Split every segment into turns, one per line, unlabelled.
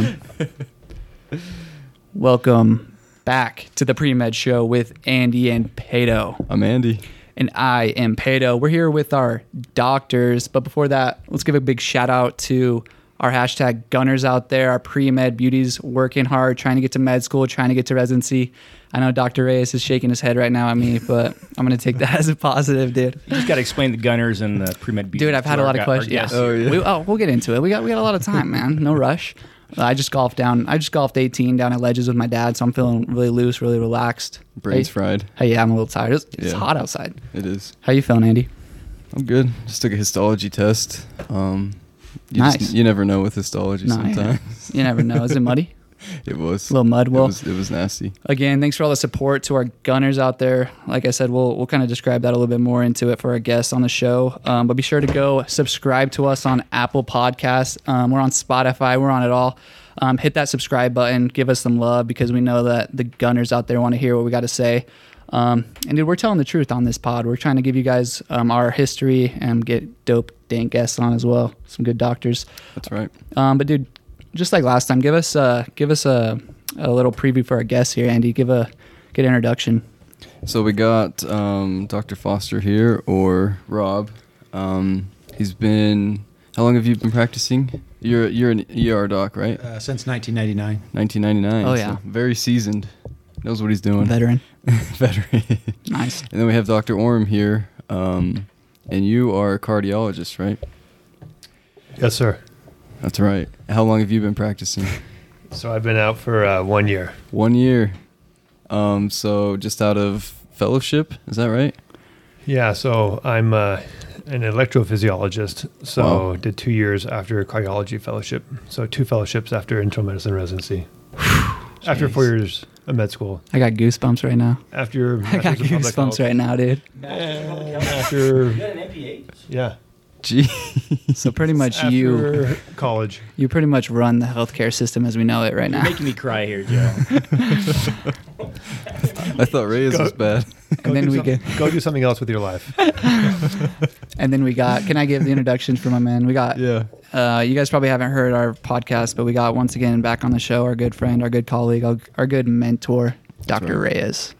phone. Welcome back to the pre med show with Andy and Pato.
I'm Andy.
And I am Pato. We're here with our doctors. But before that, let's give a big shout out to our hashtag gunners out there, our pre med beauties working hard, trying to get to med school, trying to get to residency. I know Dr. Reyes is shaking his head right now at me, but I'm going to take that as a positive, dude.
You just got to explain the Gunners and the pre med.
Dude, I've had a lot of questions.
Yes.
Oh, yeah.
We, oh, we'll get into it. We got we got a lot of time, man. No rush. Uh, I just golfed down. I just golfed 18 down at Ledges with my dad, so I'm feeling really loose, really relaxed.
Brains
hey,
fried.
hey, yeah, I'm a little tired. It's, it's
Yeah.
hot outside.
It is.
How you feeling, Andy?
I'm good. Just took a histology test. Um, you
Nice.
Just, you never know with histology
No, yeah.
sometimes.
You never know. Is it muddy?
It was.
A little mud. Well,
it was, it was nasty.
again, thanks for all the support to our gunners out there. Like I said, we'll we'll kind of describe that a little bit more into it for our guests on the show. Um, but be sure to go subscribe to us on Apple Podcasts. Um, we're on Spotify. We're on it all. Um, hit that subscribe button. Give us some love because we know that the gunners out there want to hear what we got to say. Um, and dude, we're telling the truth on this pod. We're trying to give you guys um, our history and get dope, dank guests on as well. Some good doctors.
That's right.
Um, but dude, just like last time, give us uh, give us a, a little preview for our guests here, Andy. Give a good introduction.
So we got um, Dr. Foster here or Rob. Um, he's been. How long have you been practicing? You're you're an ER doc, right?
uh, since 1999.
1999.
Oh,
so
yeah.
very seasoned. Knows what he's doing.
Veteran,
Veteran.
nice.
And then we have Dr. Orm here. Um, and you are a cardiologist, right?
Yes, sir.
That's right. How long have you been practicing?
So I've been out for uh, one year.
One year. Um, so just out of fellowship, is that right?
Yeah, so I'm uh, an electrophysiologist. So
Wow.
did two years after cardiology fellowship. So two fellowships after internal medicine residency. after four years of med school.
I got goosebumps right now.
After
I got goosebumps right now, dude.
After yeah,
Gee,
So pretty much
after
you
college.
you pretty much run the healthcare system as we know it right
You're
now.
making me cry here, Joe.
I thought Reyes was bad.
And then
do
we
some-
get
go do something else with your life.
and then we got. Can I give the introductions for my man? We got.
Yeah.
Uh, you guys probably haven't heard our podcast, but we got once again back on the show our good friend, our good colleague, our, our good mentor, Dr. Reyes,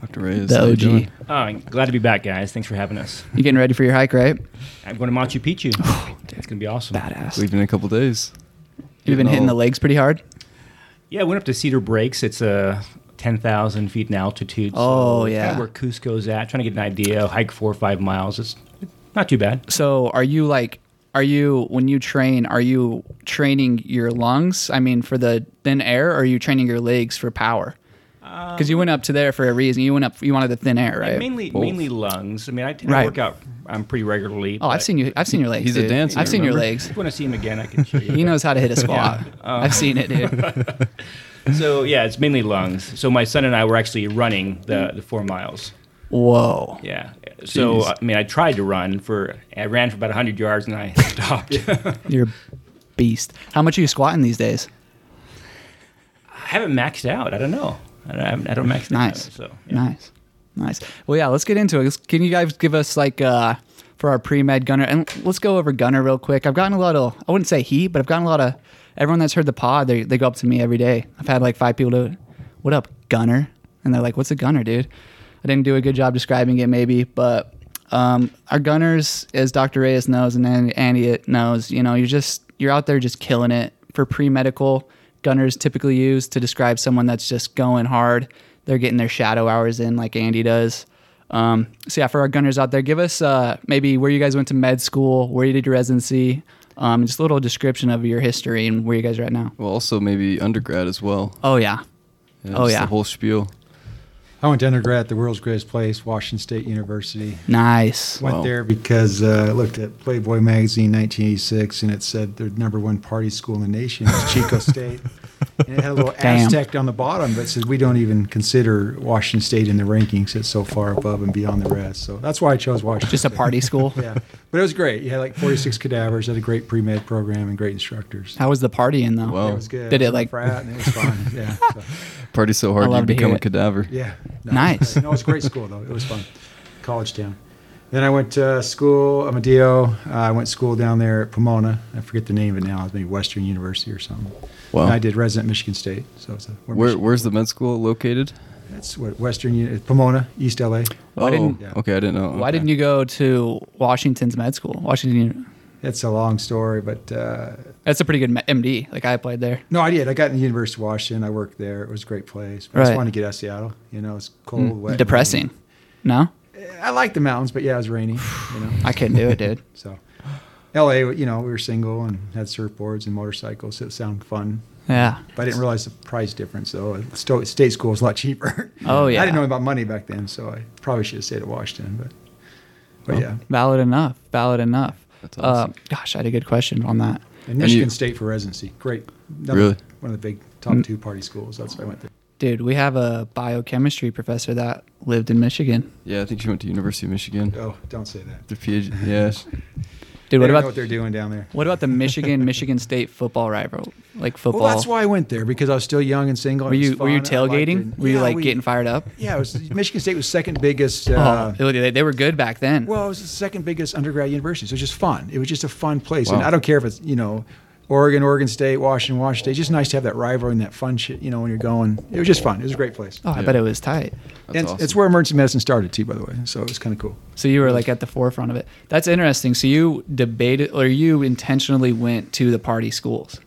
Dr. Reyes.
the
how you
OG.
doing?
Oh, I'm glad to be back, guys. Thanks for having us.
You getting ready for your hike, right?
I'm going to Machu Picchu.
Oh,
it's going to be awesome.
Badass.
Leaving in a couple days.
You've been
Getting
hitting the
all-
legs pretty hard.
Yeah, I went up to Cedar Breaks. It's uh, 10,000 feet in altitude.
Oh,
kinda
yeah.
where Cusco's at. Trying to get an idea. Hike four or five miles. It's not too bad.
So are you like are you when you train are you training your lungs? I mean for the thin air or are you training your legs for power? Because you went up to there for a reason. You went up. You wanted the thin air, right?
Um, Mainly
Both.
mainly lungs. I mean, I, tend
Right.
to work out um, pretty regularly.
oh, I've seen you. I've seen your legs.
He's a
dude.
dancer,
I've seen your
remember?
legs.
If you want to see him again, I can show you.
He knows how to hit a squat. I've seen it, dude.
So yeah, it's mainly lungs. So my son and I were actually running the,
Mm.
the four miles.
Whoa.
Yeah. So I mean, I tried to run for I ran for about hundred yards and I stopped. I
You're a beast. How much are you squatting these days?
haven't maxed out. I don't know. I don't, I haven't- I don't max
Nice.
out. So yeah.
Nice. Nice. Well, yeah, let's get into it. Let's- Can you guys give us like uh for our pre-med gunner and let's go over gunner real quick. I've gotten a lot of I wouldn't say he, but I've gotten a lot of everyone that's heard the pod, they they go up to me every day. I've had like five people do it. What up, gunner? And they're like, "What's a gunner, dude?" I didn't do a good job describing it maybe, but um, our gunners, as Dr. Reyes knows and An- Andy it knows, you know, you're just you're out there just killing it for pre-medical. Gunners typically used to describe someone that's just going hard. They're getting their shadow hours in, like Andy does. Um, so yeah, for our gunners out there, give us uh, maybe where you guys went to med school, where you did your residency, um, just a little description of your history and where you guys are at now.
Well, also maybe undergrad as well.
Oh yeah,
Yeah,
Oh,
just
yeah.
The whole spiel.
I went to undergrad at the world's greatest place, Washington State University.
nice.
Went
Wow.
there because uh, I looked at Playboy magazine 1986 and it said the number one party school in the nation was Chico State. And it had a little
Damn.
Aztec on the bottom, but it says we don't even consider Washington State in the rankings. It's so far above and beyond the rest. So that's why I chose Washington.
Just a
State.
party school.
Yeah. But it was great. You had like 46 cadavers, had a great pre med program and great instructors.
How was the partying though?
Wow.
It was good.
Did it,
was in a
like-
frat and it was fun. Yeah. so.
Party so
I
hard
love
you
to hear
become a
it.
cadaver.
Yeah.
Nice.
No, it's a great school though. It was fun. College town. Then I went to school, Amadeo. Uh, I went to school down there at Pomona. I forget the name of it now. It's maybe Western University or something.
Wow.
And I did resident Michigan State. So it's a,
Where, where's the med school located?
That's what Western Uni- Pomona, East LA.
Why
oh,
didn't-
okay. I didn't know.
Why didn't you go to Washington's med school? Washington. Uni-
It's a long story, but uh,
That's a pretty good me- MD. Like I applied there.
no, I did. I got in the University of Washington. I worked there. It was a great place. But I
Right. Hmm.
just wanted to get out of Seattle. You know, it's cold, wet.
Depressing. No,
I like the mountains, but yeah, it was rainy. You know,
I couldn't do it, dude.
so L.A. You know, we were single and had surfboards and motorcycles. So it sounded fun.
Yeah.
But I didn't realize the price difference, though. Sto- State school is a lot cheaper.
Oh, yeah.
I didn't know about money back then, so I probably should have stayed at Washington. But, but
Oh.
yeah,
Valid enough. Valid enough.
That's awesome.
Uh, gosh, I had a good question on that.
and Michigan
you-
State for residency, great. Another-
Really?
One of the big
Mm.
top two party schools. That's why I went there.
Dude, we have a biochemistry professor that lived in Michigan.
Yeah, I think she went to University of Michigan.
Oh, don't say that.
The PhD. Yeah.
Dude,
They
what
don't
about
know what they're doing down there?
what about the Michigan Michigan State football rival? Like football.
Well, that's why I went there because I was still young and single.
were
It was
you were you
fun. I liked it.
tailgating? were you
Yeah,
like
we-
getting fired up?
Yeah, it was, Michigan State was second biggest.
Oh,
Uh,
they, they were good back then.
Well, it was the second biggest undergrad university, so it was just fun. It was just a fun place, and
Wow.
I don't care if it's you know, Oregon, Oregon State, Washington, Washington State. It's just nice to have that rivalry and that fun shit. You know, when you're going, it was just fun. It was a great place.
oh, I bet it was tight.
That's
and it's- it's
awesome.
where emergency medicine started too, by the way. So it was kind of cool.
So you were like at the forefront of it. That's interesting. So you debated or you intentionally went to the party schools.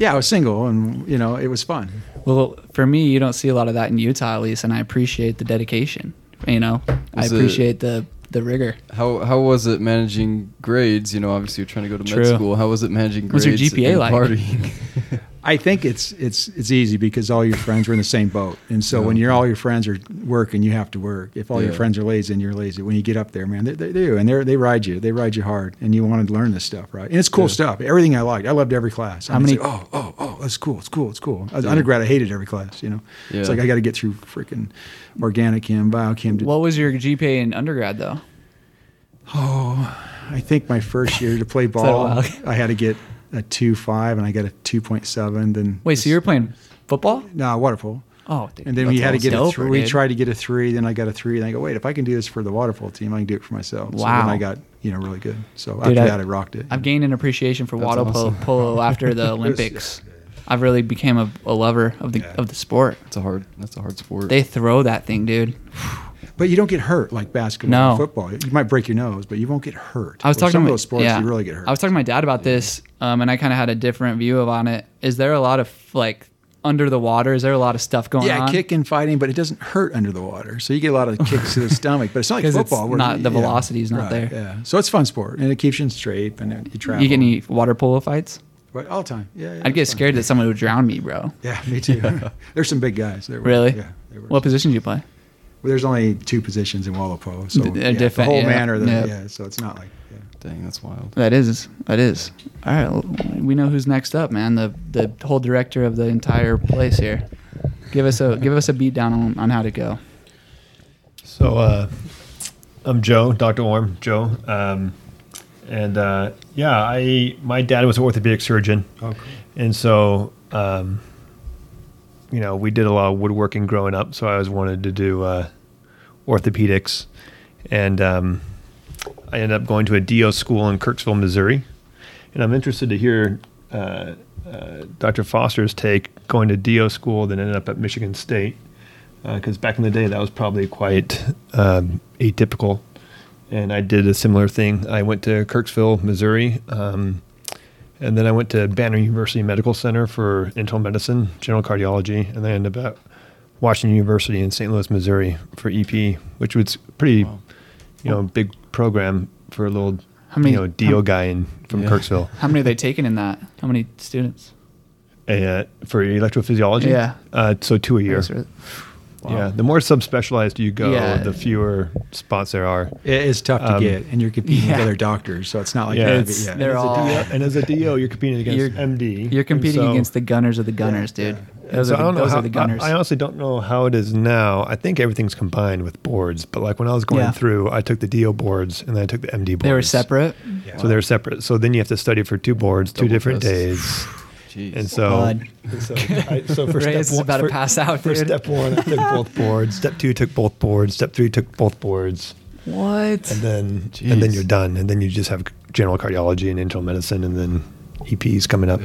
Yeah, I was single, and you know, it was fun.
Well, for me, you don't see a lot of that in Utah, at least, and I appreciate the dedication. You know, I
Was it-
appreciate the the rigor.
How how was it managing grades? You know, obviously you're trying to go to
True.
med school. How was it managing
What's
grades?
your GPA
and
like?
Partying?
I think it's it's it's easy because all your friends were in the same boat, and so when you're all your friends are working, you have to work. If all your
Yeah.
friends are lazy, and you're lazy, when you get up there, man, they, they do, and they they ride you, they ride you hard, and you want to learn this stuff, right? And it's cool stuff. Everything I liked, I loved every class. I
How
mean,
many-
it's like, oh, oh, oh, that's cool, it's cool, it's cool. As an undergrad, I hated every class. You know, it's
Yeah.
like I got to get through freaking organic chem, biochem. to-
What was your GPA in undergrad, though?
I think my first year to play
that a
ball,
while?
I had to get a two five, and I got a two point seven. Then
Wait, so you were playing football?
no water pole.
Oh, dude.
And then we
that's
had to get a
doper,
three. We
dude.
tried to get a three. Then I got a three. And I go, wait, if I can do this for the waterfall team, I can do it for myself. So
Wow.
then I got, you know, really good. So
Dude,
after
I-
that, I rocked it.
I've gained an appreciation for water polo,
awesome.
polo after the Olympics. I've really became a, a lover of the
Yeah.
of the sport.
That's a hard. That's a hard sport.
They throw that thing, dude.
but you don't get hurt like basketball
No.
and football. You might break your nose, but you won't get hurt.
I was
Where
talking
some
to
of
my-
those sports,
yeah.
you really get hurt.
I was talking to my dad about this, um, and I kind of had a different view of on it. Is there a lot of like under the water? Is there a lot of stuff going
yeah,
on?
kicking, fighting, but it doesn't hurt under the water. So you get a lot of kicks to the stomach, but it's not like
'Cause it's
football. where-
not- the
yeah.
velocity's not there.
Right, Yeah. So it's a fun sport and it keeps you in shape and it- you travel.
You get any water polo fights?
But all the time. Yeah. yeah,
I'd get
it's fun.
scared that someone would drown me, bro.
Yeah, me too. There's some big guys. There were-
Really?
Yeah. there were
What position do you play?
Well, there's only two positions in Wallapo, so
The- the
yeah,
defen-
the whole
yeah,
man or the
yeah.
yeah. So it's not like yeah.
Dang, that's wild.
That is. That is. All right. well, We know who's next up, man. The the whole director of the entire place here. Give us a give us a beat down on, on how to go.
So uh, I'm Joe, Dr. Orm, Joe. Um, and uh, yeah, I my dad was an orthopedic surgeon.
Oh,
And so, um, you know, we did a lot of woodworking growing up. So I always wanted to do uh, orthopedics. And um, I ended up going to a DO school in Kirksville, Missouri. And I'm interested to hear uh, uh, Dr. Foster's take going to DO school, then ended up at Michigan State because back in the day that was probably quite um, atypical. And I did a similar thing. I went to Kirksville, Missouri, um, and then I went to Banner University Medical Center for internal medicine, general cardiology, and then I ended up at Washington University in St. Louis, Missouri for EP, which was pretty, you know, big program for a little,
How many-
you know, DO
how-
guy in, from
Yeah.
Kirksville
How many are they taking in that? How many students?
uh, for electrophysiology.
Yeah.
Uh, so two a year. Yeah, the more subspecialized you go,
Yeah.
the fewer spots there are.
It is tough to
Um,
get, and you're competing
yeah.
with other doctors, so it's not like
Yeah.
yeah,
It's-
yeah.
They're
as
all-
a DO, and as a DO, you're competing against
You're-
MD.
You're
and
competing
so-
against the gunners of the gunners, dude. Those,
so I
are,
don't
the,
know
those
how-
are the gunners.
I, I honestly don't know how it is now. I think everything's combined with boards, but like when I was going
Yeah.
through, I took the DO boards and then I took the MD boards.
they were separate.
So they're separate. So then you have to study for two boards, two
Double
different
tests.
days.
Jeez.
And so,
God.
and so, I, so for
Ray
step
is
one,
about to
for-
pass out,
For
dude.
step one, I took both boards. Step two took both boards. Step three took both boards.
What?
and then and then
Jeez.
you're done, and then you just have general cardiology and internal medicine, and then EPs coming up.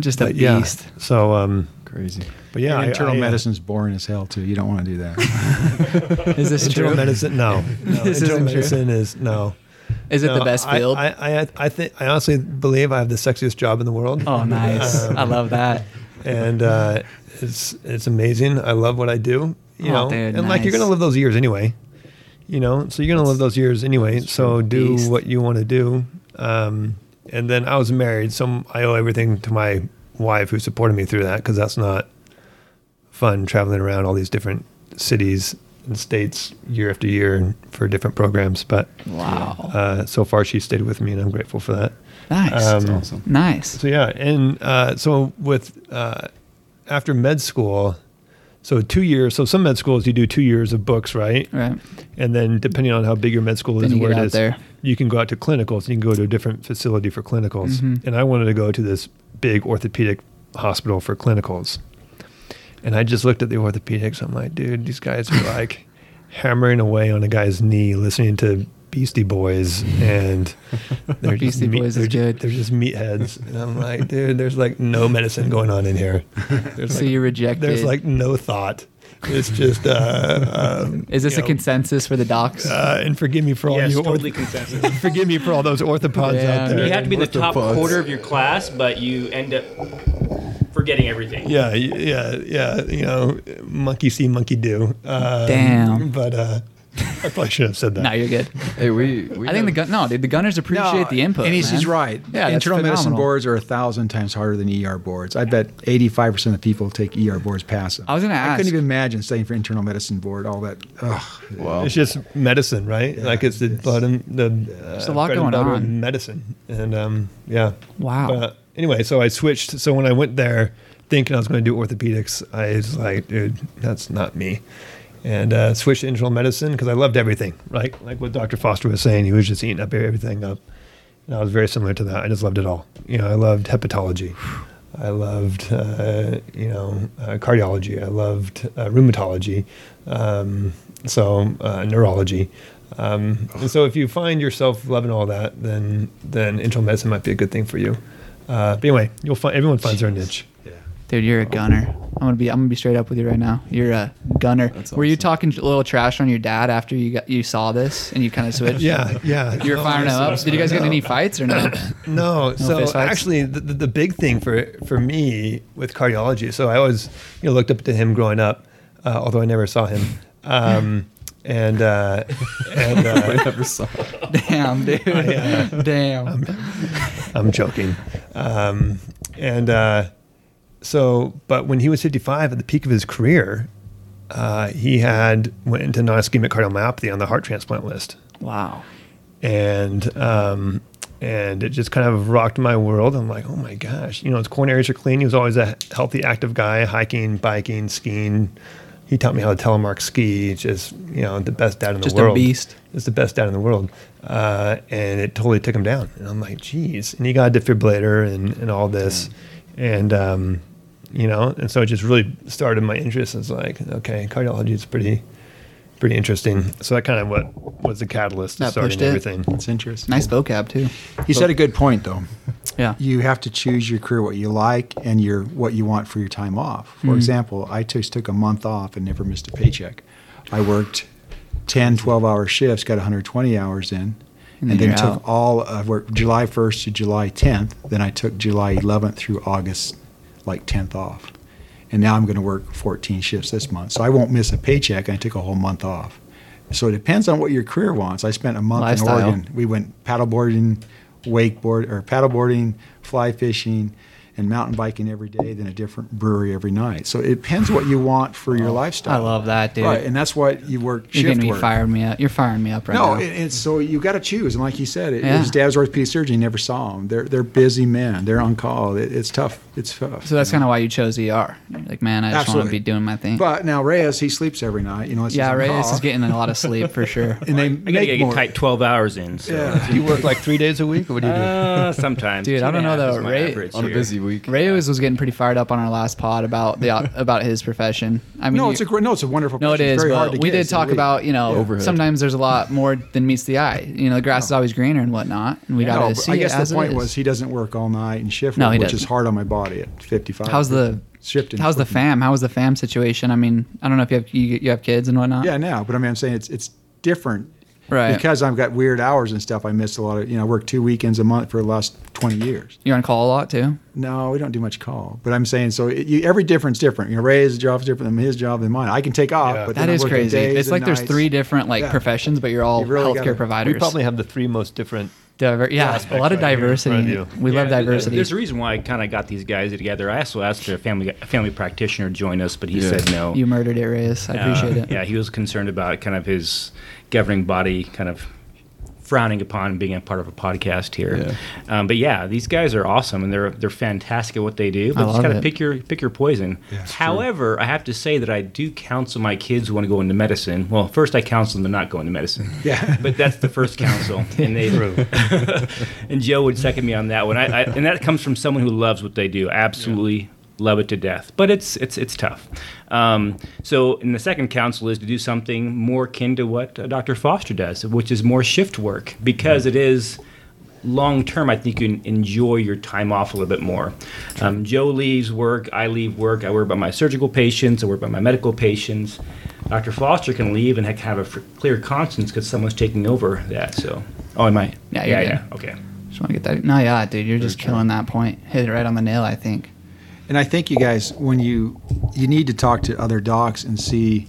Just a
But yeah,
beast.
so um,
Crazy.
but yeah,
And
I-
internal
I, uh,
medicine's boring as hell too. You don't want to do that.
Is this
Internal
true?
medicine, no. no
This
internal
isn't true.
medicine is no.
Is it
No,
the best
I,
field?
I, I, I think I honestly believe I have the sexiest job in the world.
oh, nice.
Um,
I love that.
and uh, it's it's amazing. I love what I do. You
Oh,
know,
dude,
and like you're
nice.
gonna live those years anyway. You know, so you're gonna live those years anyway. So do
Beast.
what you want to do. Um, and then I was married, so I owe everything to my wife who supported me through that because that's not fun traveling around all these different cities and states year after year for different programs. But
Wow.
uh, so far, she stayed with me, and I'm grateful for that.
Nice.
um,
That's awesome.
nice.
So yeah, and uh, so with uh, after med school, so two years. So some med schools you do two years of books, right?
Right.
And then depending on how big your med school
Then
is, and
you
where
get
it
out
is,
there.
you can go out to clinicals. You can go to a different facility for clinicals.
Mm-hmm.
And I wanted to go to this big orthopedic hospital for clinicals. And I just looked at the orthopedics. I'm like, dude, these guys are like hammering away on a guy's knee, listening to Beastie Boys, and they're just
Beastie Boys is
they're, ju-
good.
They're just meatheads, and I'm like, dude, there's like no medicine going on in here. There's
So
like,
you rejected.
there's like no thought. It's just uh, um,
Is this
you
a
know,
consensus for the docs?
uh, and forgive me for all
Yes,
you
totally
orth-
consensus.
forgive me for all those orthopods
Yeah.
out there.
You have to be the
What the
top
fuck?
quarter of your class, but you end up forgetting everything.
Yeah, y- yeah, yeah. You know, monkey see, monkey do. Um,
Damn.
But uh, I probably should have said that.
no, you're good.
Hey, we. we
I think the
have-
gun. No, dude, the gunners appreciate the input.
And he's,
man.
he's right.
Yeah, that's
internal medicine
phenomenal.
boards are a thousand times harder than ER boards. I bet eighty-five percent of people take ER boards pass them.
I was gonna
I couldn't
ask.
even imagine studying for internal medicine board. All that. Ugh.
Wow.
It's just medicine, right? like it's the
it's-
blood and the
There's
uh,
a lot
bread and
going
butter
on.
in medicine, and um, yeah.
Wow.
But uh, anyway, so I switched. So when I went there, thinking I was going to do orthopedics, I was like, dude, that's not me. And uh, switched to internal medicine because I loved everything. Like like what Dr. Foster was saying, he was just eating up everything up. And I was very similar to that. I just loved it all. You know, I loved hepatology. I loved, uh, you know, uh, cardiology. I loved uh, rheumatology. Um, so uh, neurology. Um, and so if you find yourself loving all that, then then internal medicine might be a good thing for you. Uh, but anyway, you'll find everyone finds their niche.
Dude, you're a gunner. I'm gonna be I'm gonna be straight up with you right now. You're a gunner.
That's
Were you
awesome.
talking a little trash on your dad after you got you saw this and you kind of switched?
Yeah, yeah.
You were firing him up. Did you guys get in any fights or no?
No, so
fistfights?
actually, the, the, the big thing for for me with cardiology. So I always you know looked up to him growing up, uh, although I never saw him. Um, and uh, and uh,
I never saw.
Damn, dude.
I,
Damn.
I'm joking. Um, and uh, so, but when he was 55 at the peak of his career, uh, he had went into non-ischemic cardiomyopathy on the heart transplant list,
Wow.
and um, and it just kind of rocked my world. I'm like, oh my gosh, you know, his coronaries are clean. He was always a healthy, active guy, hiking, biking, skiing. He taught me how to telemark ski. Just you know, the best dad in
Just
the
a
world
beast.
it's the best dad in the world. Uh, and it totally took him down. And I'm like, geez. And he got a defibrillator and, and all this.
Mm.
And, um, you know, and so it just really started my interest. It's like, okay, cardiology is pretty, pretty interesting. So that kind of what was the catalyst to
That
starting
pushed it.
everything.
That's interesting.
Nice vocab too.
He said a good point though.
Yeah.
you have to choose your career, what you like, and your what you want for your time off. For
Mm-hmm.
example, I just took a month off and never missed a paycheck. I worked 10, 12 hour shifts, got 120 hours in,
And
and,
then
then,
you're
took
out.
all of work, July 1st to July 10th. Then I took July 11th through August, like 10th off. And now I'm going to work 14 shifts this month. So I won't miss a paycheck. And I took a whole month off. So it depends on what your career wants. I spent a month
Lifestyle.
in Oregon. We went paddleboarding, wakeboard or paddleboarding, fly fishing, and mountain biking every day. Then a different brewery every night. So it depends what you want for your lifestyle.
Oh, I love that, dude.
Right, and that's why you work
You're
shift
getting me
work.
firing me up. You're firing me up right
No,
now.
and, and so you got to choose. And like you said, it,
Yeah.
his dad's orthopedic surgeon. He never saw him. They're they're busy men. They're on call. It, it's tough. It's tough.
so that's kind of why you chose ER. You're like, man, I just want to
Absolutely.
be doing my thing.
but now Reyes, he sleeps every night. You know, it's
yeah,
his
Reyes
call.
is getting a lot of sleep for sure.
And they
I gotta
make
get
more.
type 12 hours in. So.
Yeah.
You work like three days a week? What do you do?
Uh, sometimes.
Dude, I
Two
don't
and a
know
half
though,
is my
right?
average
On a
here.
busy week.
Reyes was getting pretty fired up on our last pod about the about his profession. I mean,
no,
you-
it's a great, no, it's a wonderful.
no, it
question.
is.
It's Very hard
But
to
we
get.
did
It's a
talk
week.
about you know
Overhead.
sometimes there's a lot more than meets the eye. You know, the grass is always greener and whatnot, and we
No,
gotta
but
see
I guess
it as
the
it
point
is.
was he doesn't work all night and shift,
No, he
work, which
doesn't.
is hard on my body at 55.
how's the
shifting?
how's the fam? How was the fam situation? I mean, I don't know if you have you, you have kids and whatnot.
Yeah, now, but I mean, I'm saying it's it's different
Right.
because I've got weird hours and stuff. I miss a lot of you know, I work two weekends a month for the last 20 years.
You're on call a lot too.
No, we don't do much call, but I'm saying so. It, you, every difference different. You know, Ray's job's different than his job than mine. I can take off,
Yeah.
but then
That
I'm
is
working
crazy.
days
It's
and
like there's
nights.
three different like
Yeah.
professions, but you're all
You really
healthcare
gotta- we
providers.
We probably have the three most different.
Diver- yeah, a
aspects
lot of
right here in front
diversity.
of you.
we
Yeah,
love
there-
diversity.
There's a reason why I kind of got these guys together. I also asked a family a family practitioner to join us, but he
Yeah.
said no.
you murdered it, Reyes. I appreciate
Uh,
it.
Yeah, he was concerned about kind of his governing body kind of frowning upon being a part of a podcast here. Um, but yeah, these guys are awesome and they're they're fantastic at what they do. But
I
just
love
kind of
it.
pick your pick your poison.
Yeah, it's true.
However, I have to say that I do counsel my kids who want to go into medicine. Well, first I counsel them to not go into medicine.
Yeah.
but that's the first counsel, and they and Joe would second me on that one. I, I, and that comes from someone who loves what they do, absolutely love it to death. But it's it's it's tough. Um, so, and the second counsel is to do something more akin to what uh, Dr. Foster does, which is more shift work, because it is long term. I think you can enjoy your time off a little bit more. Um, Joe leaves work, I leave work. I worry about my surgical patients, I worry about my medical patients. Dr. Foster can leave and have a fr- clear conscience because someone's taking over that. So, oh, am I?
Yeah, you're
yeah,
good.
yeah. Okay.
Just want to get that. No, yeah, dude, you're just killing that point. Hit it right on the nail, I think.
And I think you guys, when you you need to talk to other docs and see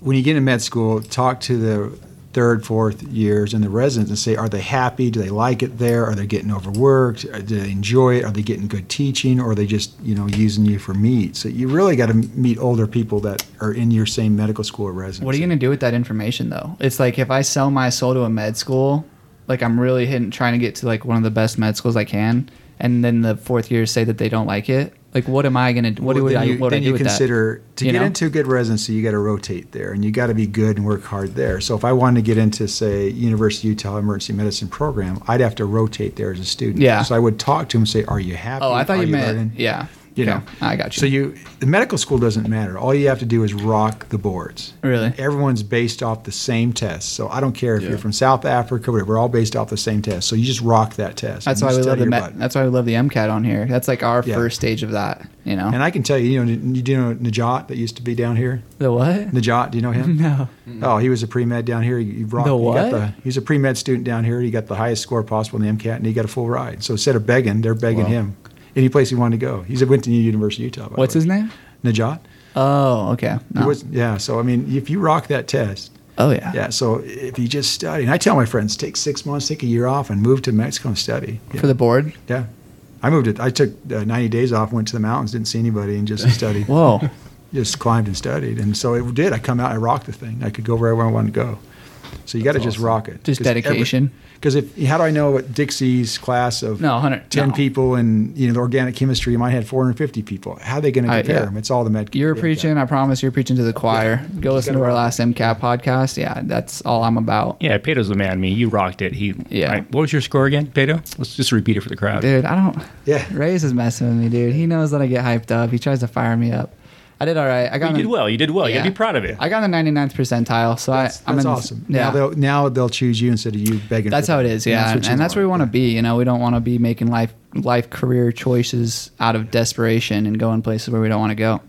when you get in med school, talk to the third, fourth years and the residents and say, are they happy? Do they like it there? Are they getting overworked? Uh, Do they enjoy it? Are they getting good teaching? Or are they just you know using you for meat? So you really got to meet older people that are in your same medical school or residency.
What are you going to do with that information, though? It's like if I sell my soul to a med school, like I'm really hitting, trying to get to like one of the best med schools I can, and then the fourth year say that they don't like it. Like, what am I going to? What
Well,
do
then
I?
you,
what do I
then
do
you
with
consider to
You
get
know?
into a good residency you got to rotate there and you got to be good and work hard there so if i wanted to get into say university of utah emergency medicine program i'd have to rotate there as a student
Yeah.
so i would talk to him and say are you happy
that? Oh, I thought
Are
you meant.
learning?"
Yeah.
you
Okay,
know
I got you.
so you the medical school doesn't matter all you have to do is rock the boards
Really?
everyone's based off the same test so i don't care if
Yeah.
you're from south africa whatever we're all based off the same test so you just rock that test
that's
and
why
you
we love
study
the uh,
your
Met-
butt.
that's why we love the MCAT on here. That's like our
Yeah.
first stage of that. You know.
and i can tell you you know you do know najat that used to be down here
the what?
Najat, do you know him?
No.
Oh, he was a pre med down here. He, he rocked.
The
He,
what?
got the, he was a pre med student down here. He got the highest score possible in the MCAT, and he got a full ride. So instead of begging, they're begging
Wow.
him any place he wanted to go. He's went to the University of Utah. By
What's his name?
name? Najat.
Oh, okay.
He
No.
was- yeah. So I mean, if you rock that test,
oh yeah.
yeah. So if you just study, and I tell my friends, take six months, take a year off, and move to Mexico and study. Yeah.
For the board.
yeah. I moved it. I took uh, 90 days off, went to the mountains, didn't see anybody, and just studied.
Whoa.
just climbed and studied. And so it did. I come out, I rocked the thing. I could go wherever I wanted to go. So you got to just rock it.
Just dedication.
Because if how do I know what Dixie's class of
No, 100
ten
no.
people and you know the organic chemistry mine had 450 people? How are they going to
I-
compare
yeah.
them? It's all the med.
You're
med-
preaching. I promise you're preaching to the choir. Go listen to our
gotta rock.
last MCAT podcast. Yeah, that's all I'm about.
Yeah, Peto's the man. Me, you rocked it. He.
Yeah.
Right. What was your score again, Peto? Let's just repeat it for the crowd.
Dude, I don't.
Yeah.
Ray's is messing with me, dude. He knows that I get hyped up. He tries to fire me up. I did all right. I got.
You
in-
did well. You did well. You got
Yeah.
to be proud of it.
I got in the 99th percentile, so
That's,
I, I'm
that's
in-
awesome. Now
Yeah,
they'll now they'll choose you instead of you begging.
that's
for
how it
them.
is. Yeah, and
what
that's,
you
where we want to be. You know, we don't want to be making life life career choices out of desperation and going places where we don't want to go.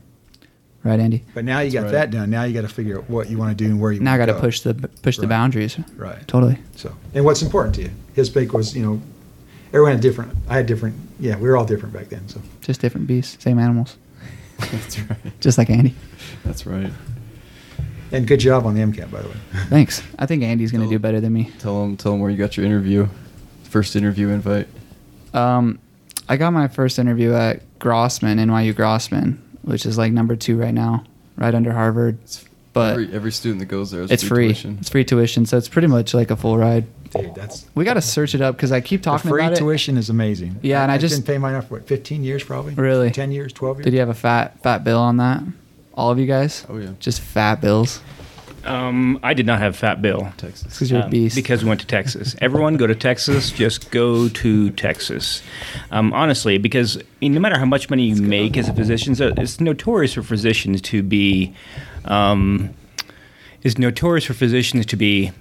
Right, Andy.
But now you got
right.
that done. Now you got to figure out what you want to do and where you.
Now I
wanna
got to
go.
push the push the
Right.
boundaries.
Right.
Totally.
So, and what's important to you? His big was you know, everyone had different. I had different. Yeah, we were all different back then. So.
Just different beasts, same animals.
That's right.
Just like Andy.
That's right.
And good job on the MCAT, by the way.
Thanks. I think Andy's gonna do better than me.
Tell them. Tell them where you got your interview. First interview invite.
Um, I got my first interview at Grossman, NYU Grossman, which is like number two right now, right under Harvard. But
every, every student that goes there is
it's free.
tuition.
It's free tuition, so it's pretty much like a full ride.
Dude, that's
We gotta search it up because I keep
the
talking
free
about
tuition is amazing.
Yeah, and I just-
didn't pay mine off for what, 15 years probably.
Really?
10 years, 12
it.
years.
Did you have a fat fat bill on that? All of you guys?
Oh, yeah.
Just fat bills.
Um, I did not have Fat Bill.
Texas.
because you're a
Um,
beast.
Because we went to Texas. Everyone go to Texas. Just go to Texas. Um, honestly, because you know, no matter how much money you make as a physician, so it's notorious for physicians to be. Um, it's notorious for physicians to be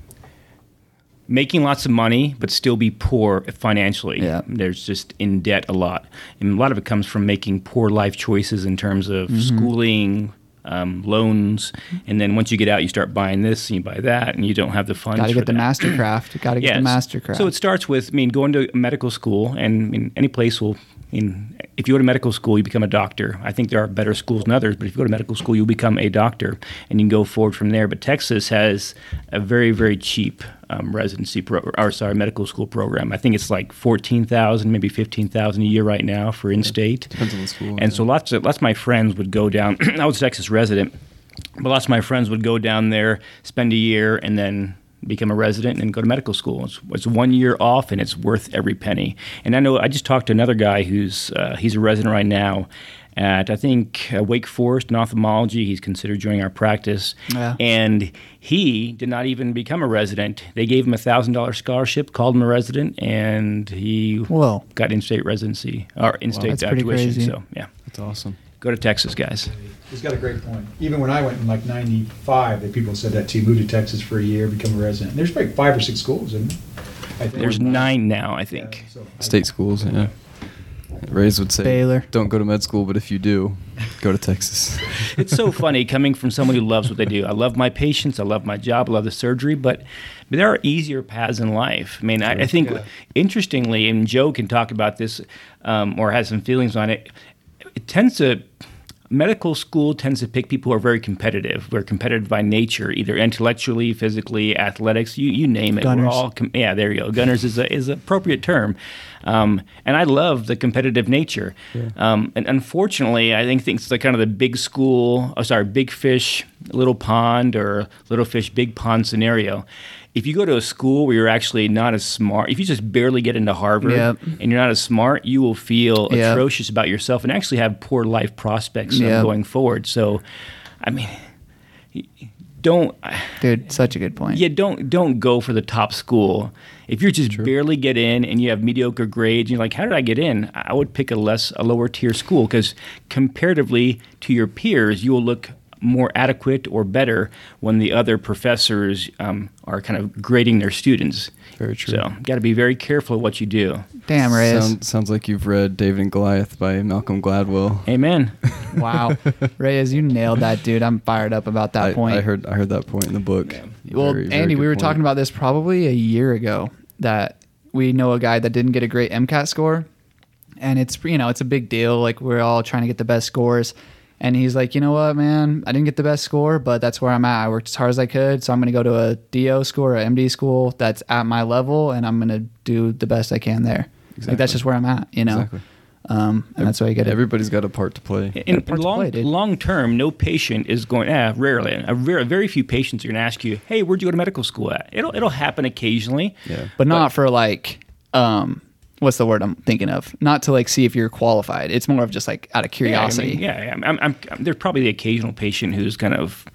making lots of money but still be poor financially.
Yeah.
There's just in debt a lot. And a lot of it comes from making poor life choices in terms of
Mm-hmm.
schooling, um, loans, and then once you get out you start buying this and you buy that and you don't have the funds.
got to
for
get the
that.
mastercraft. Got to get the
Yes.
mastercraft.
So it starts with, I mean, going to medical school, and I mean, any place will. In, if you go to medical school, you become a doctor. I think there are better schools than others, but if you go to medical school, you become a doctor, and you can go forward from there. But Texas has a very, very cheap um, residency pro, or sorry, medical school program. I think it's like fourteen thousand, maybe fifteen thousand a year right now for in-state.
Depends on the school,
And
yeah.
so lots of lots of my friends would go down. I was a Texas resident, but lots of my friends would go down there, spend a year, and then become a resident and go to medical school. It's, it's one year off, and it's worth every penny. And I know I just talked to another guy who's uh, he's a resident right now at I think uh, Wake Forest in ophthalmology. He's considered joining our practice,
Yeah.
and he did not even become a resident. They gave him a thousand dollar scholarship, called him a resident, and he
Whoa.
got in-state residency or in-state
That's pretty
tuition.
crazy.
So yeah.
That's awesome.
Go to Texas, guys.
He's got a great point. Even when I went in like '95, the people said that to you, move to Texas for a year, become a resident. And there's like five or six schools, isn't there? I think.
There's nine now, I
Yeah,
think.
so I-
State schools, yeah. Rays would say,
Baylor.
don't go to med school, but if you do, go to Texas.
It's so funny coming from someone who loves what they do. I love my patients, I love my job, I love the surgery, but there are easier paths in life. I mean, I, I think, interestingly, and Joe can talk about this um, or has some feelings on it, it tends to. Medical school tends to pick people who are very competitive. We're competitive by nature, either intellectually, physically, athletics, you, you name it. We're
Gunners.
all com- yeah, there you go. Gunners is a is an appropriate term, um, and I love the competitive nature. Um, and unfortunately, I think things like kind of the big school, oh, sorry, big fish, little pond, or little fish, big pond scenario. If you go to a school where you're actually not as smart, if you just barely get into Harvard
Yep.
and you're not as smart, you will feel
Yep.
atrocious about yourself and actually have poor life prospects um,
Yep.
going forward. So, I mean, don't.
Dude, such a good point.
Yeah, don't don't go for the top school. If you're just barely get in and you have mediocre grades, you're like, how did I get in? I would pick a less a lower tier school because comparatively to your peers, you will look more adequate or better when the other professors um, are kind of grading their students.
Very true.
So, got to be very careful what you do.
Damn, Reyes.
Sound, sounds like you've read David and Goliath by Malcolm Gladwell.
Amen.
Wow. Reyes, you nailed that, dude. I'm fired up about that
I,
point.
I heard I heard that point in the book.
Well,
Very, very
Andy,
good
we were
point.
talking about this probably a year ago that we know a guy that didn't get a great MCAT score, and it's you know it's a big deal. Like we're all trying to get the best scores, and he's like, you know what, man, I didn't get the best score, but that's where I'm at. I worked as hard as I could, so I'm going to go to a DO school or a MD school that's at my level, and I'm going to do the best I can there. Like
Exactly.
that's just where I'm at, you know.
Exactly.
Um, and that's why you get it.
Everybody's got a part to play.
in
part to
long
play, dude.
long term, no patient is going. Eh, rarely, a rare, very few patients are going to ask you, "Hey, where'd you go to medical school at?" It'll it'll happen occasionally.
Yeah.
but not for like um what's the word i'm thinking of not to like see if you're qualified it's more of just like out of curiosity
Yeah, I mean, yeah, yeah. I'm, I'm, I'm, there's probably the occasional patient who's kind of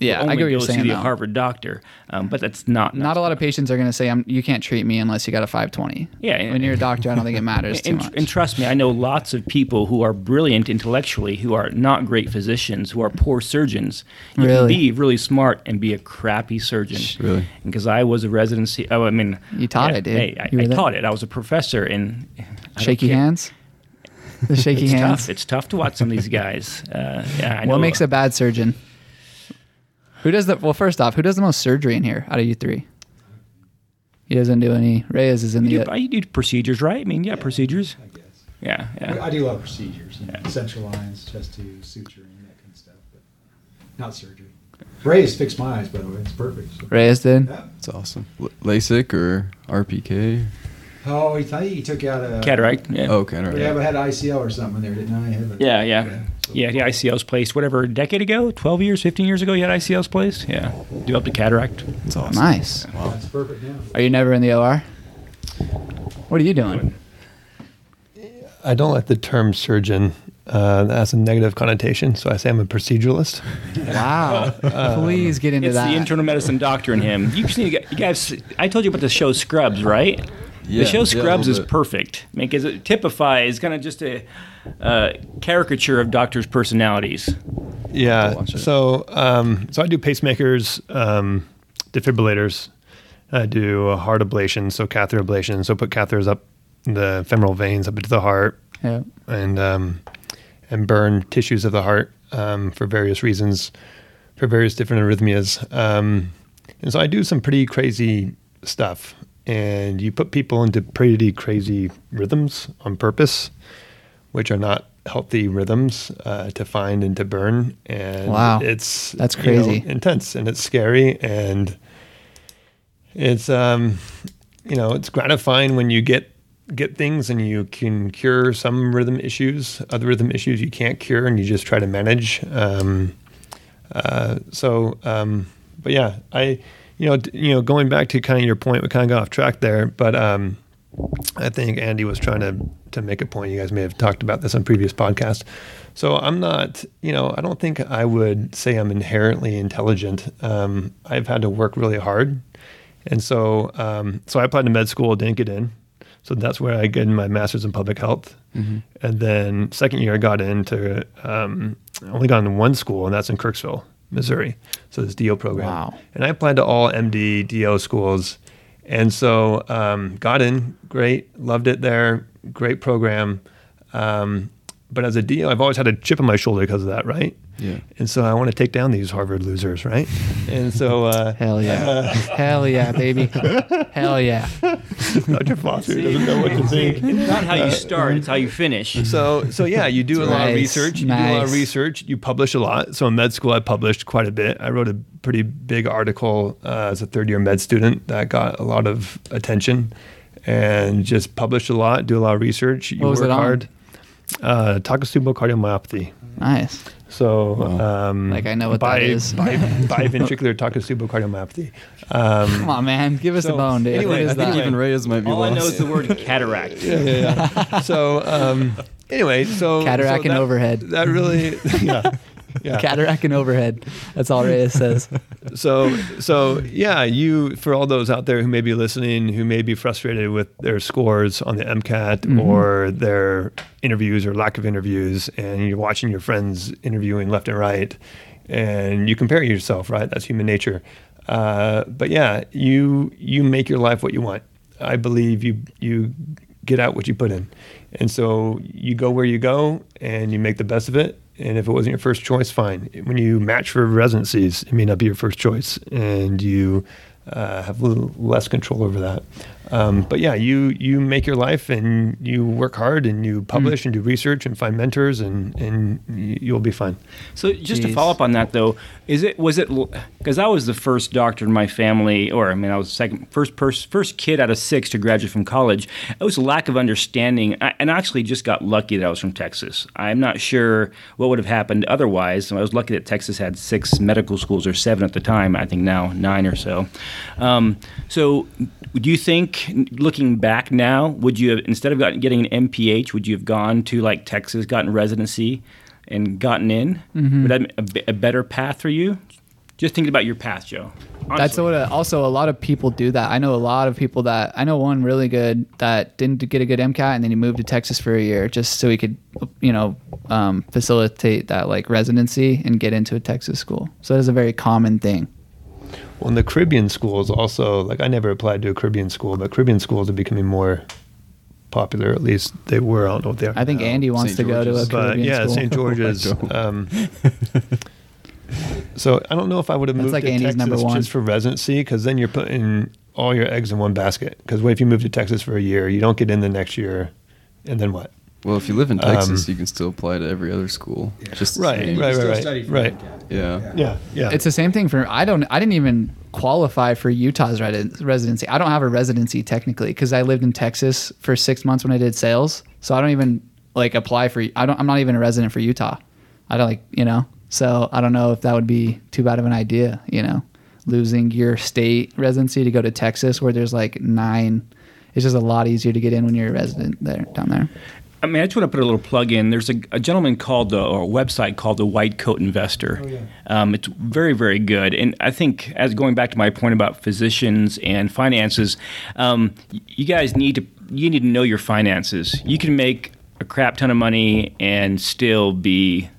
Yeah, I
only
get what you're
goes
saying,
see the
though.
Harvard doctor, um, but that's not
not a lot of patients are going to say i'm you can't treat me unless you got a 520
Yeah,
when you're a doctor i don't think it matters too
and,
much
and trust me, I know lots of people who are brilliant intellectually, who are not great physicians, who are poor surgeons. You can
Really?
be really smart and be a crappy surgeon.
Really?
Because I was a residency. Oh, I mean,
You taught it, dude.
Hey, I,
You were
I
there.
taught it. I was a professor in I don't
shaky
care.
hands the shaky
It's
hands
tough. It's tough to watch some of these guys. Uh, yeah, I know.
what makes a bad surgeon who does the well first off who does the most surgery in here out of you three he doesn't do any reyes is in
You
the
do, you do procedures, right? I mean, yeah, procedures.
I guess.
Yeah, yeah.
I do a lot of procedures, you know, central lines, chest tube, suture, and that kind of stuff, but not surgery. Ray has fixed my eyes, by the way. It's perfect. so-
reyes did
Yeah.
It's awesome. L- LASIK or RPK?
Oh, he, thought he took out a
Cataract. Yeah.
Oh, okay, all right.
Yeah, but I had ICL or something in there, didn't I? I had a-
Yeah, yeah.
so-
Yeah, the ICL's placed whatever a decade ago, 12 years, 15 years ago, you had ICL's placed. Yeah. Developed a cataract.
It's awesome.
nice
That's perfect now.
are you never in the or what are you doing
I don't like the term surgeon. Uh, that has a negative connotation, so I say I'm a proceduralist.
Wow. Please get into
It's
that.
the internal medicine doctor in him. You just need to get, you guys. I told you about the show Scrubs, right?
Yeah,
the show
yeah, a
Scrubs
little
is
bit.
perfect because it typifies kind of just a uh, caricature of doctors' personalities.
Yeah.
watch it.
So, um, so I do pacemakers, um, defibrillators. I do uh, heart ablations, so catheter ablations. So put catheters up the femoral veins up into the heart,
yeah.
and um, and burn tissues of the heart um, for various reasons, for various different arrhythmias. Um, and so I do some pretty crazy stuff, and you put people into pretty crazy rhythms on purpose, which are not healthy rhythms uh, to find and to burn. And
Wow.
it's
That's
you know,
crazy.
intense, and it's scary, and it's um you know it's gratifying when you get get things and you can cure some rhythm issues other rhythm issues you can't cure and you just try to manage um uh so um but yeah i you know d- you know going back to kind of your point we kind of got off track there but um I think Andy was trying to to make a point. You guys may have talked about this on previous podcasts. So I'm not, you know, I don't think I would say I'm inherently intelligent. Um, I've had to work really hard, and so um, so I applied to med school, didn't get in. So that's where I got my master's in public health, and then second year I got into um, I only got into one school, and that's in Kirksville, Missouri. So this DO program.
Wow.
And I applied to all MD DO schools, and so um, got in. Great, loved it there. Great program. Um, but as a DO, I've always had a chip on my shoulder because of that, right?
Yeah.
And so I want to take down these Harvard losers, right? and so uh,
Hell yeah. Hell yeah, baby. Hell yeah.
Dr. Foster doesn't know what to think.
It's not how you start; it's how you finish.
So, so yeah, you do a lot of
Nice,
research. You do a lot of
nice.
research. You publish a lot. So in med school, I published quite a bit. I wrote a pretty big article uh, as a third year med student that got a lot of attention, and just published a lot. Do a lot of research. You
What was
work
it on?
hard. Uh, Takotsubo cardiomyopathy.
Nice.
So,
Wow.
um,
Like, I know what
bi-
that is.
bi- biventricular Takotsubo cardiomyopathy. Um,
Come on, man. Give us
So,
a bone, dude.
anyway,
what
I
is
I think
that?
even Reyes might be
All I
lost.
know is the word cataract.
so, um, anyway, so
Cataract
so
and
that-
overhead.
That really, yeah, yeah.
Cataract and overhead. That's all Reyes says.
so so yeah you for all those out there who may be listening who may be frustrated with their scores on the mcat or their interviews or lack of interviews and you're watching your friends interviewing left and right and you compare yourself right that's human nature uh, but yeah you you make your life what you want i believe you you get out what you put in and so you go where you go and you make the best of it and if it wasn't your first choice, fine. When you match for residencies, it may not be your first choice, and you uh, have a little less control over that. Um, but yeah, you you make your life, and you work hard, and you publish, and do research, and find mentors, and and y- you'll be fine.
So just
Jeez.
to follow up on that though, is it was it because I was the first doctor in my family, or I mean I was second first pers- first kid out of six to graduate from college. It was a lack of understanding, I, and I actually just got lucky that I was from Texas. I'm not sure what would have happened otherwise. I was lucky that Texas had six medical schools or seven at the time. I think now nine or so. Um, so do you think looking back now, would you have instead of gotten, getting an MPH, would you have gone to like Texas, gotten residency? and gotten in, would that be a, be- a better path for you? Just thinking about your path, Joe.
That's
Honestly.
what uh, also a lot of people do that. I know a lot of people that I know one really good that didn't get a good MCAT and then he moved to Texas for a year just so he could, you know, um, facilitate that like residency and get into a Texas school. So that is a very common thing.
Well, and the Caribbean schools also like I never applied to a Caribbean school, but Caribbean schools are becoming more popular. At least they were. I don't know what they are.
I think
now.
Andy wants
St.
to go to a
George's.
but
Caribbean
yeah,
school. Oh
St. George's. um, so I don't know if I would have
That's
moved
like
to
Andy's
Texas
number one.
just for residency, because then you're putting all your eggs in one basket. Because what if you move to Texas for a year, you don't get in the next year, and then what?
Well, if you live in
Um,
Texas, you can still apply to every other school. Just the
Right,
same.
right,
Still
right,
study
right,
for
right.
MCAT.
Yeah.
Yeah, yeah.
It's the same thing for I don't I didn't even qualify for Utah's resi- residency. I don't have a residency technically because I lived in Texas for six months when I did sales. So I don't even like apply for I don't I'm not even a resident for Utah. I don't like you know. So I don't know if that would be too bad of an idea. You know, losing your state residency to go to Texas where there's like nine. It's just a lot easier to get in when you're a resident there down there.
I mean, I just want to put a little plug in. There's a, a gentleman called the, or a website called the White Coat Investor. um, it's very, very good. And I think, as going back to my point about physicians and finances, um, y- you guys need to you need to know your finances. You can make a crap ton of money and still be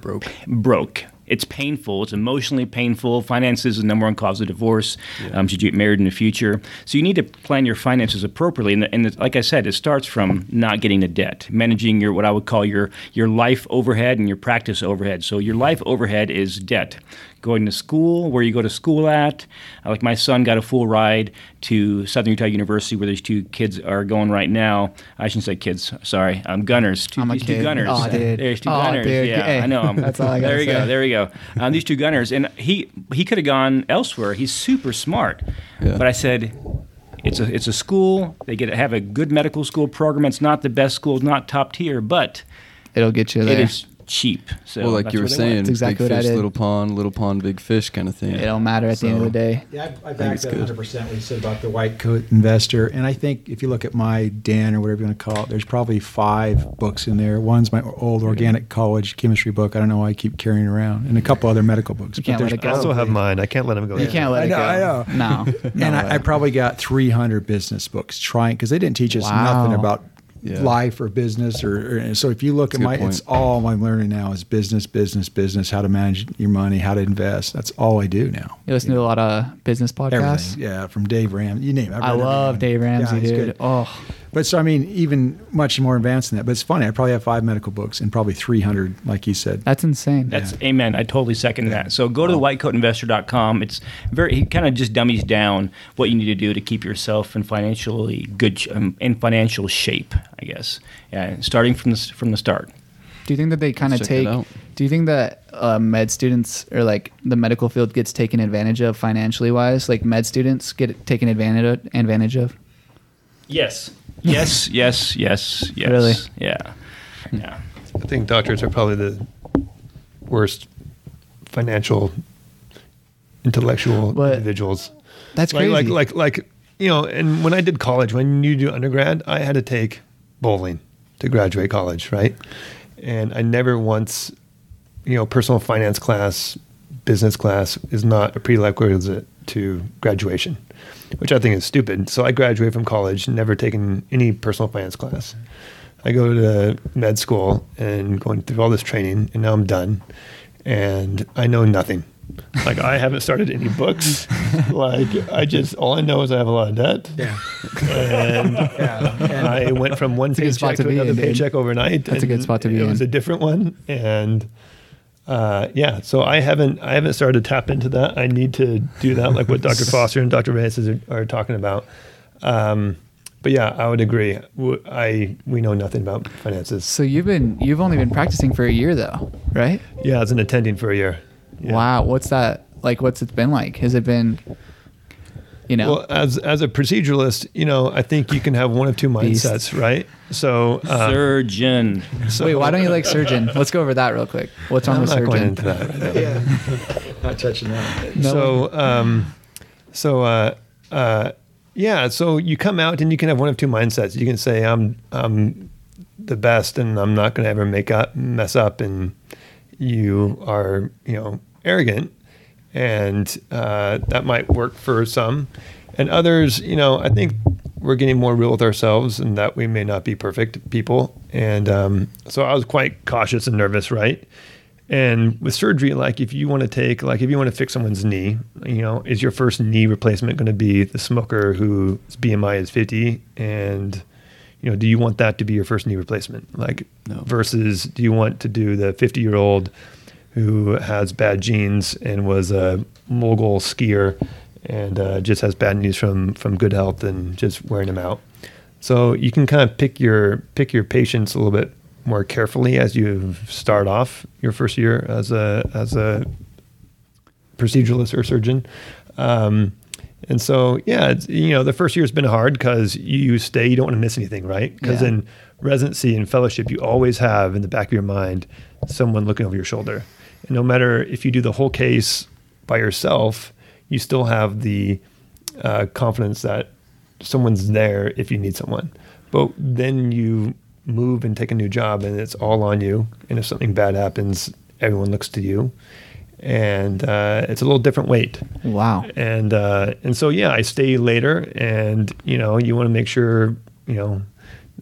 Broke.
broke. It's painful. It's emotionally painful. Finances is the number one cause of divorce. Um, should you get married in the future? So you need to plan your finances appropriately. And, and like I said, it starts from not getting the debt, managing your what I would call your your life overhead and your practice overhead. So your life overhead is debt, going to school, where you go to school at. Uh, Like my son got a full ride to Southern Utah University, where these two kids are going right now. I shouldn't say kids. Sorry, um, gunners. Two,
I'm a
these
kid.
two gunners.
Aw, dude.
There's two
Aw,
gunners.
dude.
Yeah,
Hey,
I know.
that's all I gotta
There we
say.
go. There we go. Um, these two gunners, and he he could have gone elsewhere. He's super smart,
Yeah.
but I said. It's a, it's a school. They get have a good medical school program. It's not the best school, it's not top tier, but
It'll get you
it
there.
is cheap. So
Well, like
that's
you were
where they went.
saying,
That's exactly what
big
I
fish,
did.
little pond, little pond, big fish kind of thing.
It don't matter at the end of the
So-
day.
Yeah, I, I
think
back
it's
that
good.
100% what you said about the white coat investor. And I think if you look at my den or whatever you want to call it, there's probably five books in there. One's my old organic college chemistry book. I don't know why I keep carrying around, and a couple other medical books.
You can't let
there's
it go.
I also
Oh,
have mine. I can't let him go.
You
there.
can't let
I
it
know,
go. No. no
and
way.
I, I probably got 300 business books trying because they didn't teach us
Wow.
nothing about
Yeah.
life or business or, or- so if you look
That's
at
a
my
good point.
it's all i'm learning now is business business business how to manage your money how to invest that's all i do now
you listen to a lot of business podcasts.
everything yeah from dave ram you name it I've
I
read
love
everything.
Dave Ramsey,
Yeah, he's
dude.
good.
Oh,
but so i mean even much more advanced than that but it's funny i probably have five medical books and probably 300 like you said
that's insane.
That's amen. I totally second that. So go to the whitecoatinvestor.com. It's very he kind of just dummies down what you need to do to keep yourself in financially good sh- um, in financial shape, I guess. Yeah, starting from the s- from the start.
Do you think that they kind of
Let's check
take?
that out.
Do you think that uh, med students or like the medical field gets taken advantage of financially wise? Like med students get taken advantage of, advantage of.
Yes. Yes, yes, yes, yes.
Really?
Yeah. Yeah.
I think doctors are probably the worst financial intellectual
But-
individuals.
That's
like,
crazy.
like like like you know. And when I did college, when you do undergrad, I had to take bowling to graduate college, right? And I never once, you know, personal finance class, business class is not a prerequisite to graduation, which I think is stupid. So I graduated from college, never taken any personal finance class. I go to med school and going through all this training, and now I'm done, and I know nothing. Like I haven't started any books. like I just all I know is I have a lot of debt,
yeah
and I went from one
a good
paycheck
spot
to,
to be
another
in, dude.
paycheck overnight.
That's a good
and
spot to be
It was
in.
a different one, and uh, yeah. So I haven't I haven't started to tap into that. I need to do that, like what Dr. Foster and Dr. Reyes are, are talking about. Um, but yeah, I would agree. W- I we know nothing about finances.
so you've been you've only been practicing for a year though, right?
Yeah, I was an attending for a year. Yeah.
Wow. What's that like? What's it been like? Has it been? You know.
Well, as as a proceduralist, you know, I think you can have one of two
Beast.
mindsets, right? So, uh,
Surgeon.
so
Wait, why don't you like surgeon? Let's go over that real quick. What's wrong
I'm
with
not going
surgeon?
into that. Right now.
not touching that
No.
So, um, so uh, uh, yeah, so you come out and you can have one of two mindsets. You can say I'm I'm the best and I'm not going to ever make up mess up, and you are you know arrogant, and uh, that might work for some, and others. You know, I think we're getting more real with ourselves and that we may not be perfect people, and um, so I was quite cautious and nervous, right? And with surgery, like if you want to take, like if you want to fix someone's knee, you know, is your first knee replacement going to be the smoker whose BMI is 50? And, you know, do you want that to be your first knee replacement? Like,
No.
versus do you want to do the 50 year old who has bad genes and was a mogul skier and uh, just has bad news from, from good health and just wearing them out? So you can kind of pick your pick your patients a little bit more carefully as you start off your first year as a as a proceduralist or surgeon. Um, and so, yeah, it's, you know, the first year has been hard because you stay, you don't want to miss anything, right? Because
Yeah.
in residency and fellowship, you always have in the back of your mind someone looking over your shoulder. And no matter if you do the whole case by yourself, you still have the uh, confidence that someone's there if you need someone. But then you move and take a new job, and it's all on you. And if something bad happens, everyone looks to you, and uh, it's a little different weight.
Wow.
And uh, and so yeah, I stay later, and you know you want to make sure you know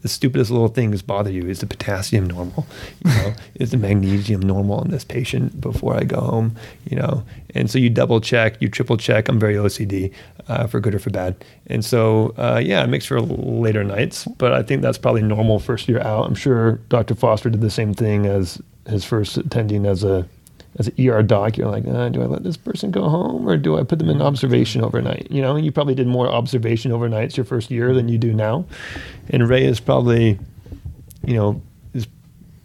the stupidest little things bother you. Is the potassium normal? You know, is the magnesium normal in this patient before I go home? You know, and so you double check, you triple check. I'm very OCD uh, for good or for bad, and so uh, yeah, it makes for later nights. But I think that's probably normal first year out. I'm sure Dr. Foster did the same thing as his first attending as a as an ER doc, you're like, uh, do I let this person go home or do I put them
Mm-hmm.
in observation overnight? You know, you probably did more observation overnights your first year than you do now. And Ray is probably, you know, is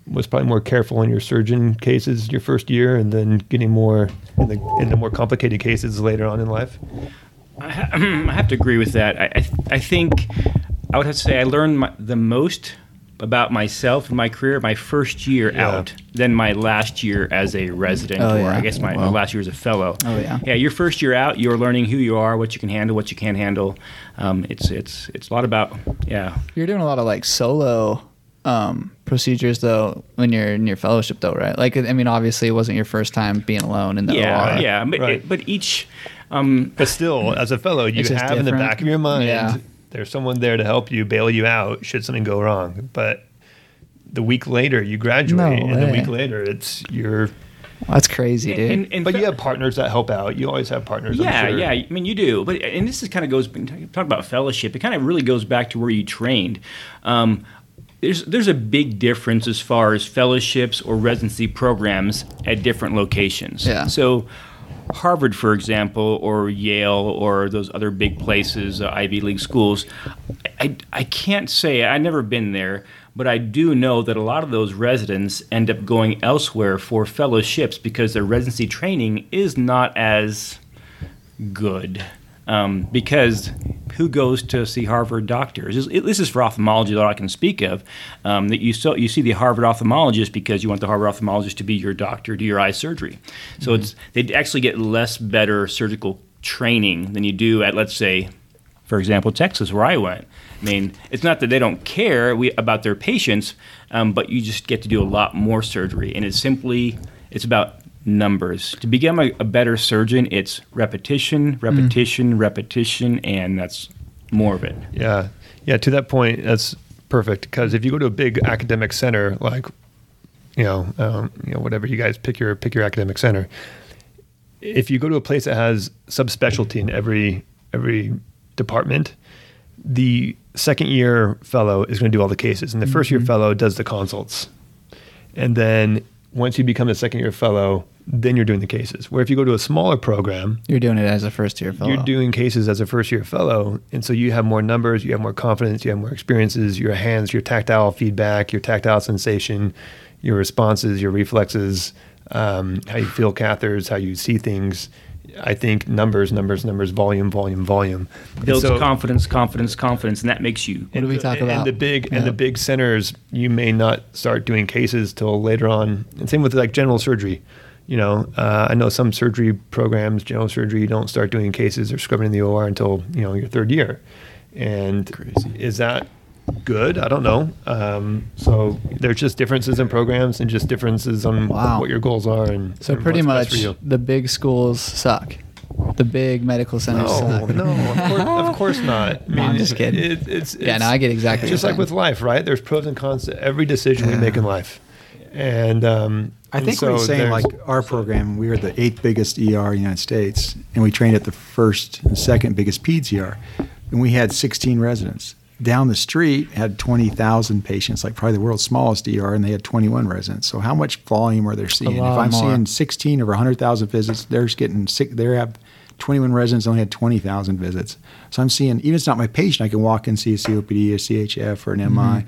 was probably more careful in your surgeon cases your first year, and then getting more in the, in the more complicated cases later on in life.
I, ha- I have to agree with that. I, I, th- I think I would have to say I learned my, the most about myself and my career my first year
Yeah.
out than my last year as a resident,
Oh,
or
yeah.
I guess my, my
Wow.
last year as a fellow.
Oh, yeah.
Yeah, your first year out, you're learning who you are, what you can handle, what you can't handle. Um, it's it's it's a lot about yeah.
You're doing a lot of like solo um, procedures though when you're in your fellowship though, right? Like, I mean, obviously it wasn't your first time being alone in the
yeah,
OR.
yeah, but
Right.
but each, um,
But still, as a fellow, you
It's
have
just
in the
different.
back of your mind
Yeah.
there's someone there to help you, bail you out should something go wrong. But the week later, you graduate,
No
and the
way.
week later, it's your
That's crazy, dude.
and, and
but
fe-
you have partners that help out. You always have partners. I'm
yeah,
sure.
yeah. I mean, you do, but and this is kind of goes talk about fellowship. It kind of really goes back to where you trained. Um, there's there's a big difference as far as fellowships or residency programs at different locations.
Yeah.
So. Harvard, for example, or Yale, or those other big places, uh, Ivy League schools, I, I can't say, I've never been there, but I do know that a lot of those residents end up going elsewhere for fellowships because their residency training is not as good um, because who goes to see Harvard doctors? This, this is for ophthalmology that I can speak of. Um, that you so you see the Harvard ophthalmologist because you want the Harvard ophthalmologist to be your doctor, do your eye surgery. So it's they actually get less better surgical training than you do at let's say, for example, Texas where I went. I mean, it's not that they don't care we, about their patients, um, but you just get to do a lot more surgery, and it's simply it's about numbers. To become a, a better surgeon, it's
Mm.
repetition, repetition, repetition, and that's more of it.
yeah, yeah. To that point, that's perfect because if you go to a big academic center like, you know, um, you know, whatever you guys pick your pick your academic center, if you go to a place that has subspecialty in every every department, the second year fellow is going to do all the cases, and the first
Mm-hmm.
year fellow does the consults. And then once you become a second year fellow, then you're doing the cases. Where if you go to a smaller program,
You're doing it as a first year fellow.
you're doing cases as a first year fellow and so you have more numbers you have more confidence you have more experiences your hands your tactile feedback your tactile sensation your responses your reflexes um, how you feel catheters how you see things i think numbers numbers numbers volume volume volume And
Builds
so-
confidence, confidence, confidence, and that makes you.
What do we talk
and,
about?
And the big
Yeah.
and the big centers, you may not start doing cases till later on. And same with like general surgery. You know, uh, I know some surgery programs, general surgery, you don't start doing cases or scrubbing in the OR until you know your third year. And
Crazy.
is that good? I don't know. Um, so there's just differences in programs and just differences on
Wow.
what your goals are and
so
and
pretty
what's best
much
for you.
the big schools suck. The big medical centers
No,
suck.
no, of course, of course not. I mean,
I'm just kidding.
It, it's,
Yeah,
it's-
no, I get exactly what
Just
you're
like
saying.
with life, right? There's pros and cons to every decision we make in life, and um,
I
and
think
so
we're saying
there's-
like our program, we were the eighth biggest ER in the United States, and we trained at the first and second biggest PEDS ER, and we had 16 residents. Down the street had 20,000 patients, like probably the world's smallest ER, and they had 21 residents. So how much volume are they seeing? If
lot
I'm
more.
seeing 16 over 100,000 visits, they're just getting sick. They have 21 residents, only had 20,000 visits. So I'm seeing, even if it's not my patient, I can walk and see a COPD, a CHF, or an
Mm-hmm.
MI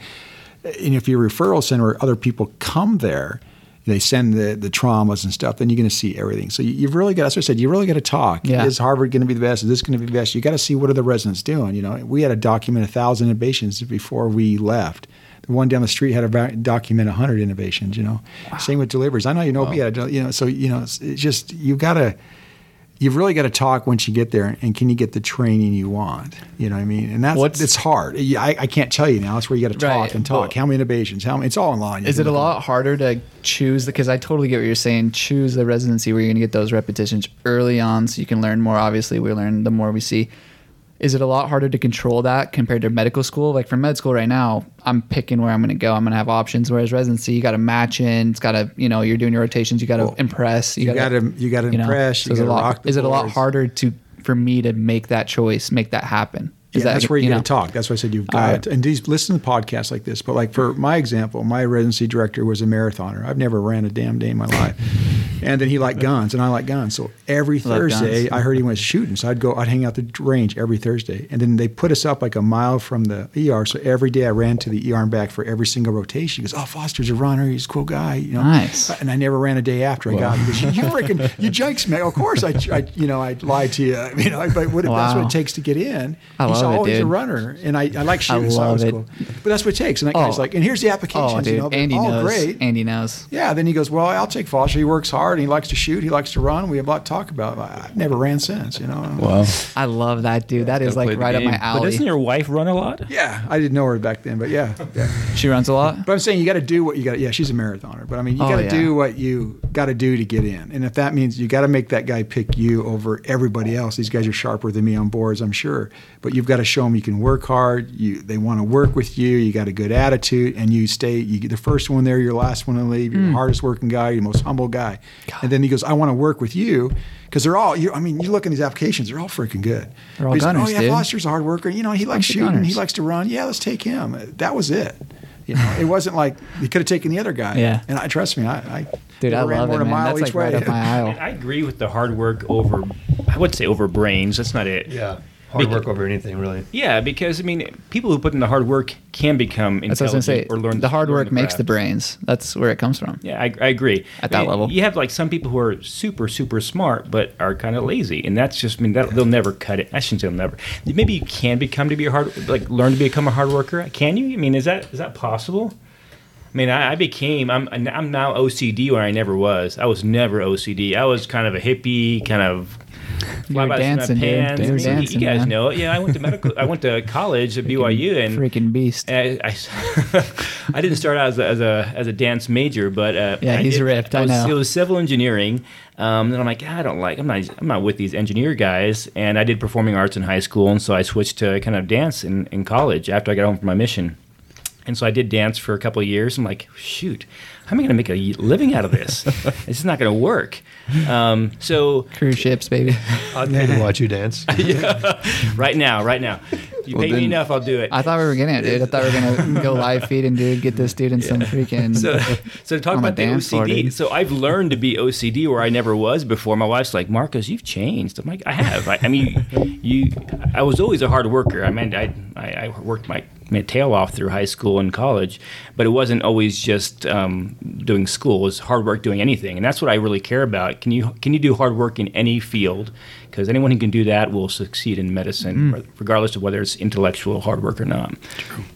and if your referral center or other people come there, they send the, the traumas and stuff, then you're going to see everything. So you, you've really got, as I said, you really got to talk.
Yeah.
Is Harvard going to be the best? Is this going to be the best? You got to see what are the residents doing. You know, we had to document a thousand innovations before we left. The one down the street had to va- document hundred innovations. You know, same with deliveries. I know you know, yeah, you know. So you know, it's, it's just you got to you've really got to talk once you get there and can you get the training you want you know what i mean and that's
What's-
it's hard You- I, I can't tell you now it's where you got to talk
Right.
and talk how many innovations how many it's all online You
Is
can
it a
look
lot harder to choose? Because I totally get what you're saying. Choose the residency where you're going to get those repetitions early on, so you can learn more. Obviously, we learn the more we see. Is it a lot harder to control that compared to medical school? Like for med school right now, I'm picking where I'm going to go. I'm going to have options. Whereas residency, you got to match in. It's got to, you know, you're doing your rotations. You got to
Well,
impress.
you gotta- you gotta
know,
impress,
so
you
is it a
gotta
lot-
rock the
is it a lot
boards.
harder to for me to make that choice, make that happen? Is
yeah, that's where you, got
know?
to talk. That's why I said you've
All
got.
right.
And these listen to podcasts like this. But like for my example, my residency director was a marathoner. I've never ran a damn day in my life. and then he liked guns, and I like guns. So every
love guns.
Thursday, I heard he went shooting. So I'd go. I'd hang out the range every Thursday. And then they put us up like a mile from the ER. So every day I ran to the ER and back for every single rotation. He goes, "Oh, Foster's a runner. He's a cool guy." You know. Uh,
Nice.
And I never ran a day after I got. He goes, you freaking, you jinxed me. Of course, I, I you know, I lied to you. You know, but what, that's what
Wow.
it takes to get in.
I
He's
love it,
always a
dude.
runner, and I, I like shooting. so that
love
was
it.
cool. But that's what it takes. And that guy's
Oh.
like, and here's the applications.
Oh, dude,
you know, they're
Andy
all
knows.
great.
Andy knows.
yeah. Then he goes, well, I'll take Foster. He works hard, and he likes to shoot. He likes to run. We have a lot to talk about. I, I've never ran since. You know.
Wow.
I love that, dude. That is
Gotta play
like
the
right up
game.
my
But
alley.
But doesn't your wife run a lot?
Yeah, I didn't know her back then, but yeah. yeah.
She runs a lot.
But I'm saying you got to do what you got. to Yeah, she's a marathoner, but I mean you
Oh,
got to
yeah.
do what you got to do to get in. And if that means you got to make that guy pick you over everybody else, these guys are sharper than me on boards, I'm sure. But you've got to show them you can work hard. You they want to work with you. You got a good attitude, and you stay. You get the first one there, you're the last one to leave.
Mm.
You're the hardest working guy, you're the most humble guy. And then he goes, I want to work with you because they're all. You, I mean, you look in these applications, they're all freaking good.
They're all
He's like,
gunners,
oh yeah,
dude.
Foster's a hard worker. You know, he likes
of
shooting. He
gunners.
likes likes to run. Yeah, let's take him. That was it. You know, it wasn't like he could have taken the other guy.
Yeah.
and I trust me, I, I
Dude, I
never ran
love
more
it,
than a
man.
mile
That's
each
like
way.
right up my
I, mean,
aisle.
I agree with the hard work over, I would say over brains. That's not it.
Yeah. Hard
Bec-
work over anything, really.
Yeah, because I mean, people who put in the hard work can become
That's what I was gonna say.
intelligent or learn
the hard
learn
work makes the
craft.
brains. That's where it comes from.
Yeah, I, I agree.
At
I
that
mean,
level.
you have like some people who are super, super smart, but are kind of lazy, and that's just I mean that they'll never cut it. I shouldn't say they'll never. Maybe you can become to be a hard, like learn to become a hard worker. Can you? I mean, is that is that possible? I mean, I, I became I'm I'm now OCD where I never was. I was never OCD. I was kind of a hippie, kind of.
You were
fly by the seat
dancing,
of my
dude.
pants. I
You were
mean, you-
dancing,
you guys
man.
know it. Yeah, I went to medical. I went to college at BYU, and
Freaking beast.
Eh, I, I, I didn't start out as a, as a as a dance major, but uh,
Yeah,
I
he's
did-
ripped, I
was-
know.
It was civil engineering. Um, then I'm like, "Ah, I don't like. I'm not. I'm not with these engineer guys. And I did performing arts in high school, and so I switched to kind of dance in, in college after I got home from my mission. And so I did dance for a couple of years. I'm like, shoot, how am I going to make a living out of this? this is not going to work. Um, so
Cruise ships, baby.
I'd pay to watch you dance.
right now, right now, you
Well,
pay
then-
me enough, I'll do it.
I thought we were getting it, dude. I thought we were gonna go live feed and dude get this dude in some freaking.
so, so to talk
On the
about the
dance floor,
OCD.
dude.
so I've learned to be OCD where I never was before. My wife's like, Marcos, you've changed. I'm like, I have. I, I mean, you. I was always a hard worker. I mean, I I, I worked my, my tail off through high school and college, but it wasn't always just um, doing school. It was hard work doing anything, and that's what I really care about. Can you can you do hard work in any field? Because anyone who can do that will succeed in medicine, regardless of whether it's intellectual hard work or not.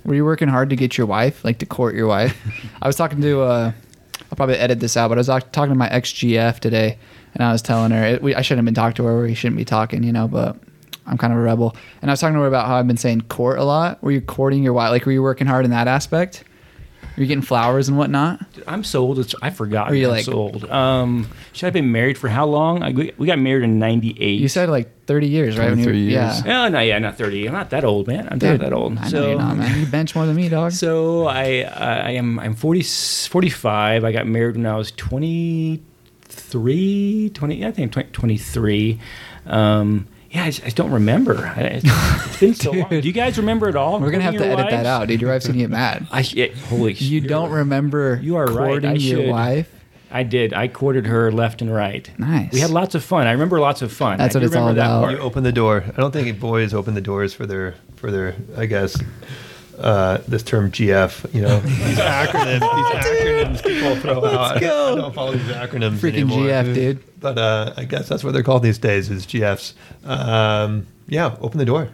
Were you working hard to get your wife, like to court your wife? I was talking to, uh, I'll probably edit this out, but I was talk- talking to my ex GF today, and I was telling her it, we, I shouldn't have been talking to her where we shouldn't be talking, you know, but I'm kind of a rebel. And I was talking to her about how I've been saying court a lot. Were you courting your wife? Like, were you working hard in that aspect? Were you getting flowers and whatnot?
I'm so old. It's, I forgot.
Are you
I'm
like-
so old? Um, should I have been married for how long? I, we, we got married in '98.
You said like 30 years, right? When you-
23 years.
Yeah.
Oh no, yeah, not 30. I'm not that old, man. I'm
Dude,
not that old.
I know
so,
you're not, man. You bench more than me, dog.
so I I am I'm 40 45. I got married when I was 23. 20. I think I'm 20, 23. Um, yeah, I, just- I don't remember. I, it's been so long. Do you guys remember at all?
We're gonna have to
Including your
edit that
wives?
out, dude. Your wife's gonna get mad.
I yeah, holy.
You
shit.
don't remember
You are right. I
courting your
should.
wife.
I did. I courted her left and right.
Nice.
We had lots of fun. I remember lots of fun.
That's
I
what
do
it's all
remember that
about.
You
part.
open the door. I don't think boys open the doors for their for their I guess uh, this term GF. You know these acronyms. These acronyms people throw out. I don't follow these acronyms
Freaking
anymore.
GF, dude.
But uh, I guess that's what they're called these days is GFs. Um, yeah, open the door.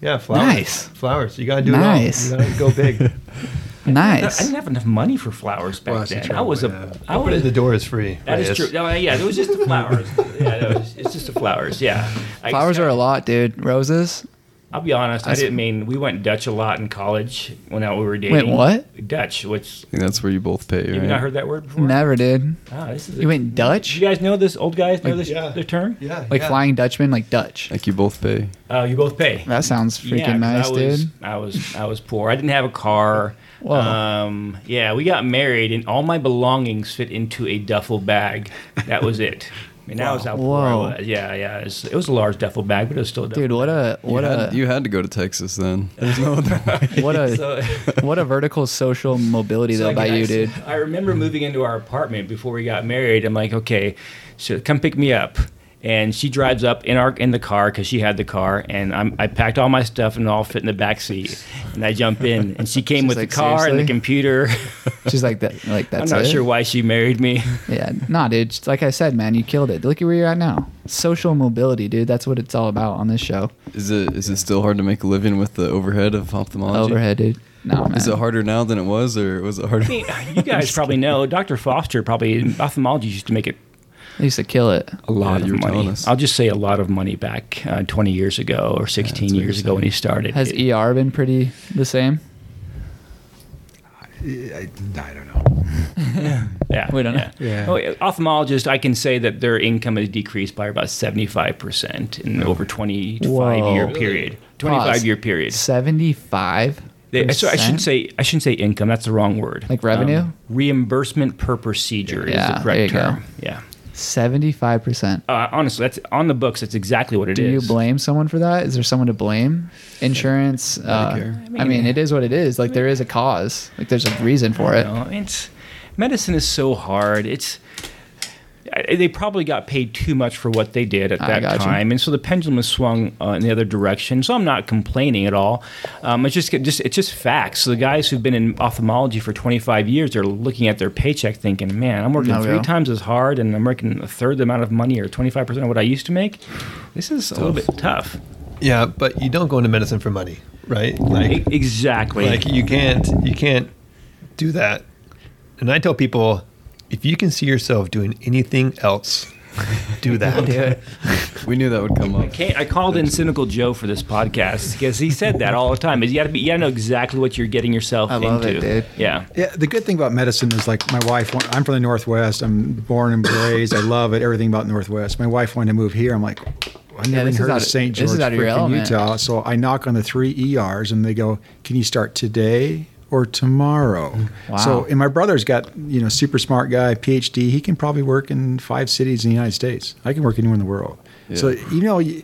Yeah, flowers.
Nice.
Flowers. You gotta do
Nice.
it all. You gotta go big.
I
Nice.
didn't have enough money for flowers back
Well, that's the
then. I
trouble,
was a.
yeah.
I
Opening
was,
the door is free.
that is
Reyes.
true. No, yeah, it was just the flowers. yeah, it was, it's just the flowers. Yeah, I-
Flowers are a lot, dude. Roses.
I'll be honest. I
That's-
didn't mean we went Dutch a lot in college when we were dating.
Wait, what?
Dutch? Which
think that's where you both pay,
have
right?
you not heard that word before?
Never, dude.
Ah, this is a-
You went
Do
Dutch?
you guys know this? Old guys know
Like-
this
Yeah.
the term?
Yeah.
Like
yeah.
Flying Dutchman, like Dutch.
Like you both pay.
Uh, you both pay.
That sounds freaking
'cause
nice,
I was,
dude.
I was I was poor. I didn't have a car.
Whoa.
Um, yeah, we got married, and all my belongings fit into a duffel bag. That was it. I mean, that was how poor I
Whoa.
was. Yeah, yeah. It was, it was a large duffel bag, but it was still a duffel.
Dude, what a what
you,
a
had, you had to go to Texas then. There's no other way.
what a
So-
what a vertical social mobility
So
though
I
by
get-
you,
I-
dude.
I remember moving into our apartment before we got married. I'm like, okay, so come pick me up. And she drives up in our in the car because she had the car, and I'm, I packed all my stuff and all fit in the back seat. And I jump in, and she came
She's
with
like,
the car and
seriously?
the computer.
She's like that. Like
I'm
that's
not
it?
sure why she married me.
Yeah, nah, dude. just Like I said, man, you killed it. Look at where you're at now. Social mobility, dude. That's what it's all about on this show.
Is it is it still hard to make a living with the overhead of ophthalmology?
Overhead, dude. No, man.
Is it harder now than it was, or was it harder?
I mean, you guys probably know Dr. Foster probably ophthalmology used to make it
I used to kill it.
a lot
Yeah, you were
of money.
telling us.
I'll just say a lot of money back uh, 20 years ago or 16 years ago when he started.
Has
It-
ER been pretty the same?
I, I don't know.
Yeah,
We don't know.
Yeah.
Yeah.
Oh, yeah. Ophthalmologist, I can say that their income has decreased by about seventy-five percent in over twenty-five
Oh. Whoa.
year period. Twenty-five
Pause.
year period.
Seventy-five.
They, so I shouldn't say I shouldn't say income. That's the wrong word. Um,
Like revenue?
reimbursement per procedure is
Yeah,
the
there you
correct
go.
term. Yeah.
seventy-five percent.
Uh, honestly, that's on the books. That's exactly what it is.
Do you blame someone for that? Is there someone to blame? Insurance. Uh,
Medicare.
I mean, it is what it is. Like there is a cause. Like there's a reason for
You
it.
know, it's medicine is so hard. It's I- they probably got paid too much for what they did at
I
that
got you.
time, and so the pendulum has swung uh, in the other direction. So I'm not complaining at all. Um, it's just, just it's just facts. So the guys who've been in ophthalmology for 25 years are looking at their paycheck, thinking, "Man, I'm working
No,
three
yeah.
times as hard, and I'm making a third the amount of money, or 25 percent of what I used to make. This is a little bit tough."
Yeah, but you don't go into medicine for money, right? Like,
E- exactly.
like you can't you can't do that. And I tell people, if you can see yourself doing anything else, do that.
We knew that would come up.
Okay, I called in Cynical Joe for this podcast because he said that all the time. Is you got to be, you got to know exactly what you're getting yourself
I
into.
love it, dude.
Yeah,
Yeah, the good thing about medicine is like my wife. wa- I'm from the Northwest. I'm born and raised. I love it. Everything about Northwest. My wife wanted to move here. I'm like, I never
this
even
is
heard
out
of
of-
St.
this
George,
is out of your
frickin'
element.
Utah. So I knock on the three ERs, and they go, "Can you start today or tomorrow?"
Mm, Wow.
So, and my brother's got you know super smart guy, PhD. He can probably work in five cities in the United States. I can work anywhere in the world. So
Yeah.
you know, you,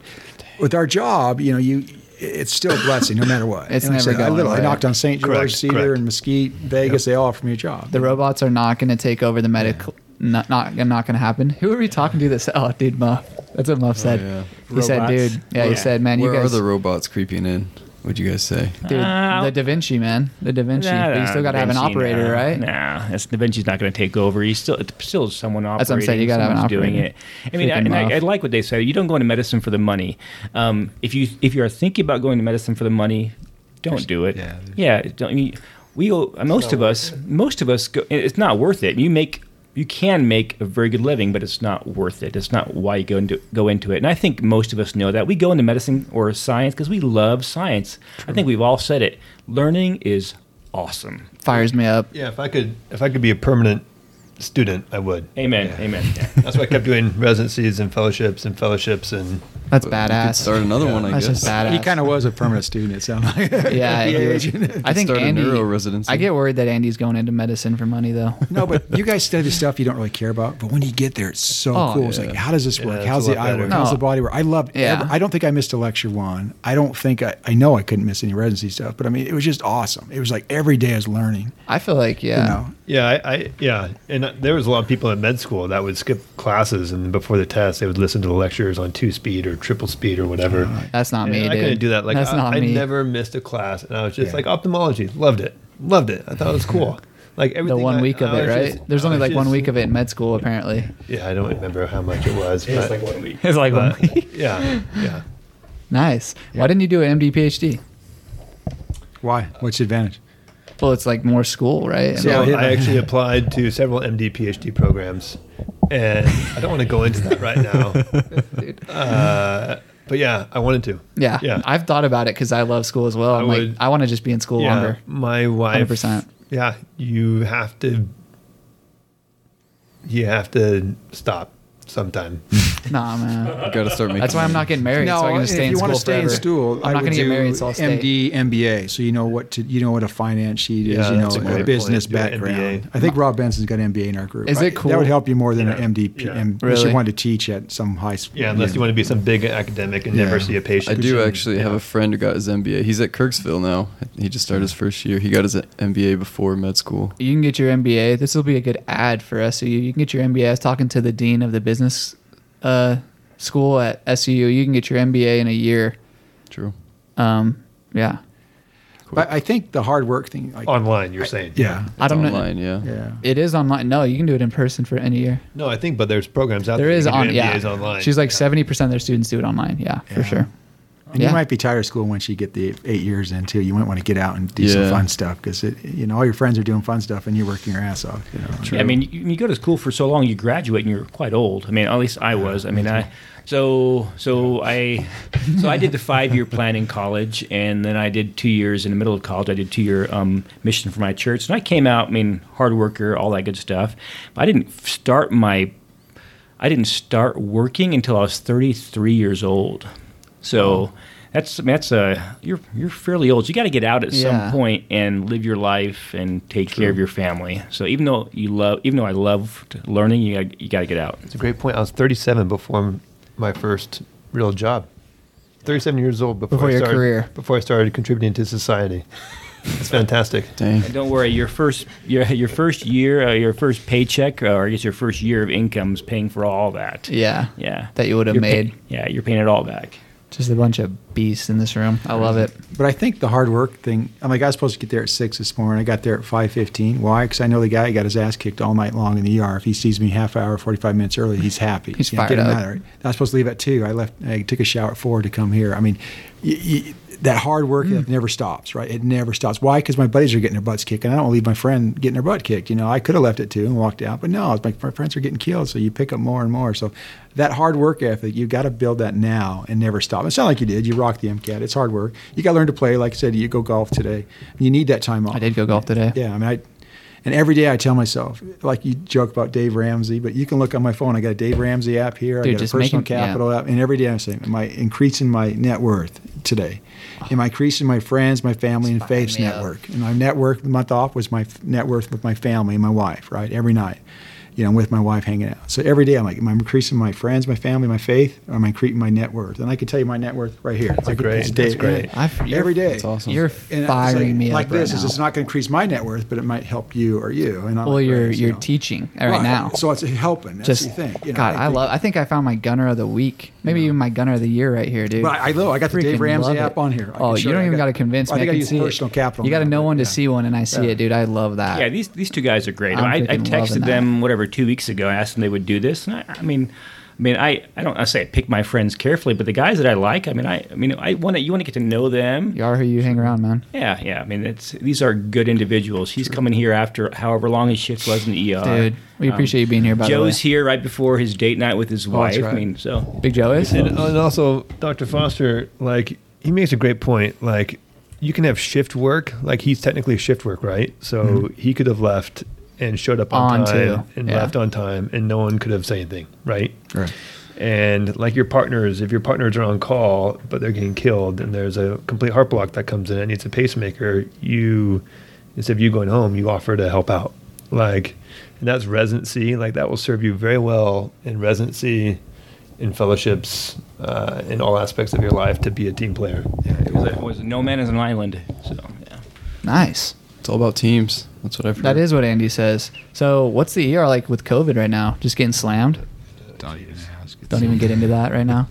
with our job, you know, you it's still a blessing no matter what.
It's
And
never
like I said, I,
going
literally, I
away.
knocked on St. George,
Correct,
Cedar,
correct.
and Mesquite, Vegas. They all offer me a job.
The robots are not going to take over the medical. Not not not going to happen. Who are we talking to? This oh, dude, Muff. That's what Muff said.
Oh, yeah.
He said,
Robots.
dude. Yeah, he
Yeah.
said, man,
Where
you guys.
are the robots creeping in? Would you guys say?
Dude,
Uh,
the Da Vinci, man. The Da Vinci.
Nah,
but
nah,
you still got to
Da
have an
Vinci,
operator,
nah,
right?
Nah, that's Da Vinci's not going to take over. He's still it's still someone operating.
That's what I'm saying, you gotta have an
someone's doing
operator.
it. I mean, I,
Freaking
and I,
muff.
I like what they said. You don't go into medicine for the money. Um, if you if you are thinking about going to medicine for the money, don't do it.
yeah.
yeah. Don't, I mean, we go. Most of us, most of us, go, it's not worth it. You make. You can make a very good living, but it's not worth it. It's not why you go into go into it. And I think most of us know that. We go into medicine or science because we love science. I think we've all said it. Learning is awesome.
Fires me up.
Yeah, if I could if I could be a permanent student, I would.
Amen. Amen. Yeah.
That's why I kept doing residencies and fellowships and fellowships and
That's
You could
badass.
start another one, I
That's
guess.
just badass.
He kind of was a permanent student, it sounded like.
Yeah,
At the
he
age.
was- I think
Start a
Andy.
neuro residency.
I get worried that Andy's going into medicine for money, though.
no, but you guys study stuff you don't really care about. But when you get there, it's so
Oh,
cool. It's
yeah.
like, how does this work?
it's
How's
a
the
lot
eye
better.
work? How's the
No.
body work? I loved.
Yeah.
every- I don't think I missed a lecture one. I don't think I. I know I couldn't miss any residency stuff. But I mean, it was just awesome. It was like every day I was learning.
I feel like, yeah.
You know.
yeah, I, I yeah, and there was a lot of people in med school that would skip classes and before the test they would listen to the lectures on two speed or triple speed or whatever.
That's not
And
me,
I couldn't
dude.
do that. Like
That's
I,
not
I
me.
never missed a class, and I was just
Yeah.
like ophthalmology, loved it, loved it. I thought it was cool. Like
the
everything.
one
I-
week of
I
it,
was
right?
just-
There's
I
only
was
like one
just-
week of it in med school, apparently.
Yeah, I don't remember how much it was. but,
one week. It's like
but, yeah, yeah.
Nice. Why didn't you do an MD PhD?
Why? What's the advantage?
Well, it's like more school, right?
So
Yeah.
I actually applied to several MD PhD programs, and I don't want to go into that right now. Uh, but yeah, I wanted to.
yeah.
yeah.
I've thought about it because I love school as well.
I
I'm like,
would-
I want to just be in school longer.
My wife.
100%.
Yeah, you have to. You have to stop sometime.
Nah, man.
Gotta start making.
That's why I'm not getting married. so I can just stay
if
in
you
school
want to stay
forever.
in school,
I'm not
going to
get married. It's all state.
MD, MBA. So you know what to you know what a finance sheet is.
Yeah,
you know
that's a great
a, business
point. Do an
background.
MBA.
I think Rob Benson's got an MBA in our group.
Is
I-
it
That
cool?
would help you more than
Yeah.
an MDP.
Yeah.
And Unless
Really?
you wanted to teach at some high school.
Yeah, unless you want to be some big academic and never
Yeah.
see a
I
patient.
do actually have a friend who got his MBA. He's at Kirksville now. He just started his first year. He got his MBA before med school.
you can get your MBA. This will be a good ad for SU. You can get your MBA. I was talking to the dean of the business uh, school at SU. You can get your MBA in a year.
True.
Um, yeah,
But I think the hard work thing. Like,
online. You're saying
yeah,
I
It's
don't know.
online, yeah.
yeah.
It is online. No, you can do it in person for any year.
No, I think, but there's programs out
There
there.
is
you can
on.
do
Yeah,
MBAs online.
she's like
Yeah.
seventy percent of their students do it online. Yeah, for
Yeah.
sure.
And
Yeah.
you might be tired of school once you get the eight years in too. You might want to get out and do some
Yeah.
fun stuff because you know all your friends are doing fun stuff and you're working your ass off. You know,
I mean, you, you go to school for so long, you graduate, and you're quite old. I mean, at least I was. I mean, I so so I so I did the five year plan in college, and then I did two years in the middle of college. I did two year um, mission for my church, and I came out. I mean, hard worker, all that good stuff. But I didn't start my I didn't start working until I was 33 years old. So that's that's a you're you're fairly old. You got to get out at
Yeah.
some point and live your life and take care of your family. So even though you love, even though I loved learning, you got you got to get out.
It's a great point. I was 37 before m- my first real job. 37 years old before,
Before
I
your
started,
career.
Before I started contributing to society. It's fantastic.
Dang.
And don't worry, your first your your first year, uh, your first paycheck, uh, or I guess your first year of income is paying for all that.
Yeah,
yeah,
That you would have
You're pay-
made.
yeah, you're paying it all back.
Just a bunch of beasts in this room. I love it.
But I think the hard work thing. I'm like, I was supposed to get there at six this morning. I got there at five fifteen. Why? Because I know the guy got his ass kicked all night long in the ER. If he sees me half hour, forty five minutes early, he's happy.
He's
You know,
fired
get him
up.
out of it. I was supposed to leave at two. I left. I took a shower at four to come here. I mean, y- y- that hard work it never stops, right? It never stops. Why? Because my buddies are getting their butts kicked, and I don't wanna leave my friend getting their butt kicked. You know, I could have left at two and walked out, but no, it's like my friends are getting killed, so you pick up more and more. So that hard work ethic, you got to build that now and never stop. It's not like you did. You rocked the MCAT. It's hard work. You got to learn to play. Like I said, you go golf today. You need that time off.
I did go golf today.
Yeah, I mean, I, and every day I tell myself, like you joke about Dave Ramsey, but you can look on my phone. I got a Dave Ramsey app here.
Dude,
I got a
just make
personal
him- yeah.
capital app, and every day I'm saying, am I increasing my net worth today? Am I increasing my friends, my family, and
Fucking
faith's
me up.
network? And my network the month off was my f- net worth with my family and my wife, right? Every night. You know, I'm with my wife hanging out. So every day I'm like, am I increasing my friends, my family, my faith, or am I increasing my net worth? And I can tell you my net worth right here. That's
great- that's great.
I've- you're-
every day.
That's awesome.
You're
And it's
firing
like,
me
like
up
this
right
is
now.
it's not going to increase my net worth, but it might help you or you. And I
well,
like
you're
those, you
you're
know.
teaching right, now.
So it's helping. That's
just
the thing. You know,
God, I,
think-
love. I think I found my gunner of the week, maybe even my gunner of the year right here, dude.
But I- I know, I got the Dave
Freaking
Ramsey
love
app
it.
on here.
Oh,
I can
you
show
don't
you. I
even
got-
got to convince me.
I
I
think I
can
use
see
personal
it.
capital
You got to
now,
know
but
one to
yeah.
see one, and I see it, dude. I love that.
Yeah, these these two guys are great.
I'm
I, I
freaking loving
texted
that.
them whatever two weeks ago. I asked them they would do this, and I, I mean, I mean, I, I don't I say I pick my friends carefully, but the guys that I like, I mean, I I mean, I want to you want to get to know them.
you are who you hang around, man.
Yeah, yeah. I mean, it's these are good individuals. He's coming here after however long his shift was in the ER.
Dude, we
Um,
appreciate you being here. By
Joe's
the Oh,
here right before his date night with his
that's
wife.
right.
I mean, so
way, Big Joe is.
And, and also, Dr. Foster, like, he makes a great point. Like, you can have shift work. Like, he's technically shift work, right? So he could have left and showed up
Mm-hmm.
on,
On
time
to,
and
yeah.
left on time, and no one could have said anything, right?
Right.
And like your partners, if your partners are on call but they're getting killed, and there's a complete heart block that comes in and needs a pacemaker, you instead of you going home, you offer to help out. Like, and that's residency. Like that will serve you very well in residency, in fellowships, uh, in all aspects of your life to be a team player.
it was, it was no man is an island. So yeah.
Nice.
It's all about teams. That's what I've heard.
That is what Andy says. So, what's the ER like with COVID right now? Just getting slammed.
Don't even ask.
Don't even get into that right now.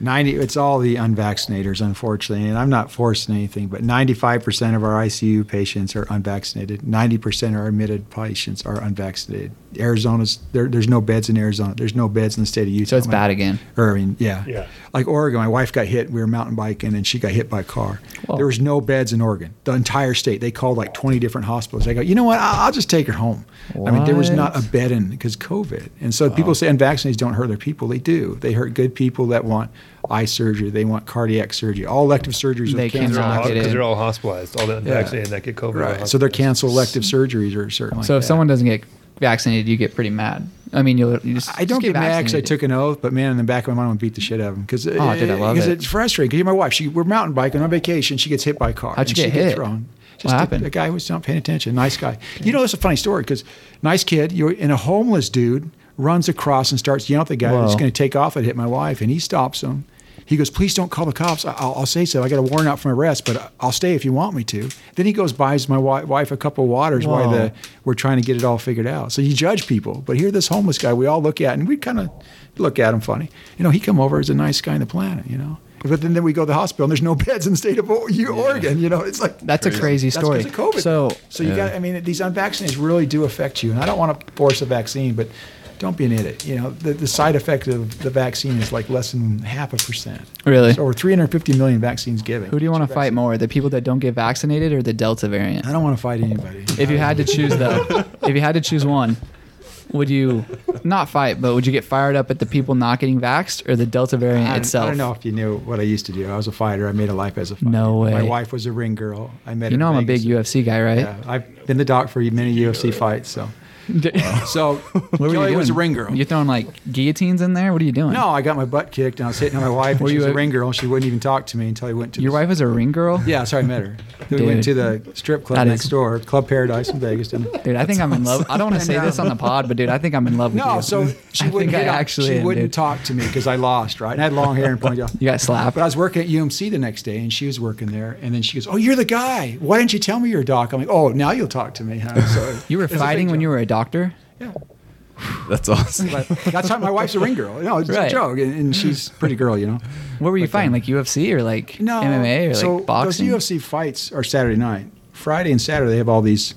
Ninety. It's all the unvaccinators, unfortunately, and I'm not forcing anything. But 95% of our ICU patients are unvaccinated. 90% of our admitted patients are unvaccinated. Arizona's there, there's no beds in Arizona. There's no beds in the state of Utah.
So it's bad again.
Or, I mean, yeah.
Yeah.
Like Oregon, my wife got hit. We were mountain biking, and she got hit by a car.
Whoa.
There was no beds in Oregon. The entire state. They called like 20 different hospitals. They go, you know what? I- I'll just take her home. I mean, there was not a
What?
bed in because COVID. And so people say unvaccinated don't hurt their people. They do. They hurt good people that want eye surgery. They want cardiac surgery. All elective surgeries
They
are canceled.
They're all,
Knock it
because
in.
they're all hospitalized, all the unvaccinated that get COVID. are
Right. So they're
hospitalized.
cancel elective surgeries or certain. like
So if
that.
someone doesn't get vaccinated, you get pretty mad. I mean, you'll you just
I don't
just
get mad because I
vaccinated.
took an oath, but man, in the back of my mind, I would beat the shit out of him because
Oh, dude, I love it.
it's frustrating. Because my wife, she we're mountain biking on vacation, she gets hit by a car.
How'd you
and
get hit?
she Gets thrown. Just
What
a-
happened?
A guy was not paying attention. Nice guy. You know, it's a funny story because nice kid, you're and a homeless dude runs across and starts yelling at the guy who's
Whoa.
going to take off and hit my wife, and he stops him. He goes, please don't call the cops. I- I'll, I'll say so. I got a warrant out for my arrest, but I'll stay if you want me to. Then he goes buys my wi- wife a cup of waters while
Whoa.
the we're trying to get it all figured out. So you judge people, but here this homeless guy we all look at and we kind of look at him funny. You know, he come over as a nice guy on the planet, you know. But then, then we go to the hospital and there's no beds in the state of O- you- Oregon, you know. It's like
That's a crazy
That's 'cause
story.
of COVID.
So
so you got I mean these unvaccinated really do affect you. And I don't want to force a vaccine, but don't be an idiot. You know, the, the side effect of the vaccine is like less than half a percent.
Really?
So over 350 million vaccines given.
who do you want to fight more, the people that don't get vaccinated or the Delta variant?
I don't want to fight anybody.
If you had to choose though, if you had to choose one, would you not fight, but would you get fired up at the people not getting vaxxed or the Delta variant
Um, I don't-
itself?
I don't know if you knew what I used to do. I was a fighter. I made a life as a fighter.
No way.
My wife was a ring girl. I met.
You
her
know
in
I'm a big
Vegas.
UFC guy,
Yeah,
right?
I've been the doc for many UFC fights. So, so
What were you
Kelly was a
doing?
ring girl.
You throwing like guillotines in there? What are you doing?
no, I got my butt kicked and I was hitting on my wife.
Were
And she
you
was
a-
a ring girl. and She wouldn't even talk to me until I went to
Your
the-
wife is a ring girl?
Yeah, sorry, I met her. Then we went to
Dude.
the strip club
That
next
is-
door, Club Paradise in Vegas. And
Dude, I think I'm in love. I don't want to say this on the pod, but dude, I think I'm in love with you.
no, so she
I
wouldn't.
think I
hit on-
actually
she
am,
wouldn't
dude.
talk to me because I lost, right? And I had long hair and ponytail.
You got slapped.
But I was working at UMC the next day, and she was working there. And then she goes, "Oh, you're the guy. Why didn't you tell me you're a doc?" I'm like, "Oh, now you'll talk to me." Huh? So
You were
it's a big
fighting when you
joke.
were a doctor?
That's awesome.
But that's how my wife's a ring girl. No, it's
Right.
a joke, and, and she's a pretty girl, you know.
What were you fighting? Like UFC or like
No,
MMA or
so
like boxing?
Those UFC fights are Saturday night. Friday and Saturday, they have all these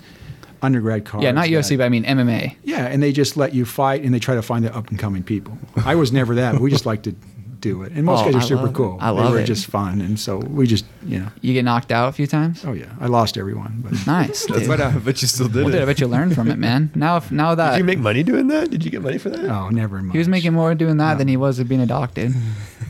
undergrad cards.
yeah, not UFC,
that-
but I mean MMA.
Yeah, and they just let you fight, and they try to find the up and coming people. I was never that. but We just like to do it, and most
Oh,
guys are
I
super
love it.
cool.
I love
they were
it.
just fun, and so we just, you know.
You get knocked out a few times.
Oh yeah, I lost everyone, but.
Nice. Dude.
but, uh, but you still did
Well, dude, I
it.
bet you learned from it, man. Now, if now
Did
that
you make money doing that? Did you get money for that?
Oh, never mind.
he was making more doing that than he was being a doctor.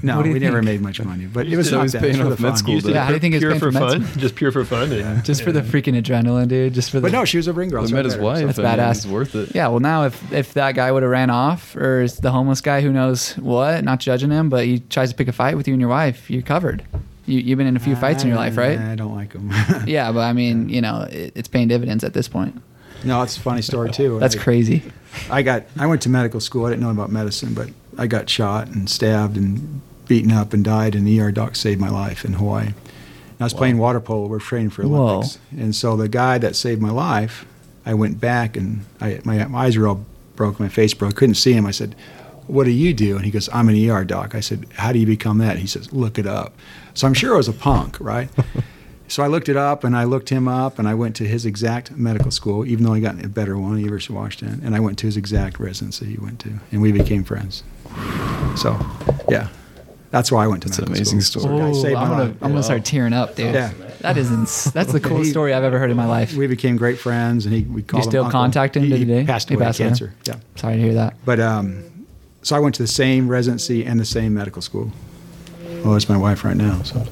No,
What do
we
you
never
think?
made much money, but it
You
was
said it
not
was
that. It
paying
was for
off
the
med
fun.
school,
You just
though.
did
Yeah,
it
how do you think it's
pure
been
for
for
fun?
meds?
Just pure for fun? and-
Just for the freaking adrenaline, dude. Just for the
But no, she was a ring girl.
I
so
met his
better.
wife.
That's
I mean,
badass.
It's worth it.
Yeah, well, now if if that guy would have ran off, or is the homeless guy who knows what, not judging him, but he tries to pick a fight with you and your wife, you're covered. You, you've been in a few fights in your life, right?
I don't like them.
Yeah, but I mean, you know, it, it's paying dividends at this point.
no, it's a funny story too.
That's
I,
crazy.
I got. I went to medical school. I didn't know about medicine, but I got shot and stabbed and beaten up and died. And the ER doc saved my life in Hawaii. And I was playing water polo. We're training for
Whoa.
Olympics. And so the guy that saved my life, I went back and I, my, my eyes were all broke. My face broke. couldn't see him. I said, "What do you do?" And he goes, "I'm an ER doc." I said, "How do you become that?" He says, "Look it up." So I'm sure I was a punk, right? So I looked it up and I looked him up and I went to his exact medical school, even though I got a better one, University of Washington, and I went to his exact residency he went to, and we became friends. So, yeah, that's why I went to
That's an
medical
amazing
school.
story.
So, guys,
Ooh,
saved my
I'm gonna
life.
I'm gonna start tearing up, dude.
Yeah.
That is ins- that's the coolest story I've ever heard in my life.
We became great friends, and he we called
still
uncle.
contact him
He-
to
he
today?
Passed
He
away of
passed away?
cancer. Yeah,
Sorry to hear that.
but um, so I went to the same residency and the same medical school. Oh, it's my wife right now. So,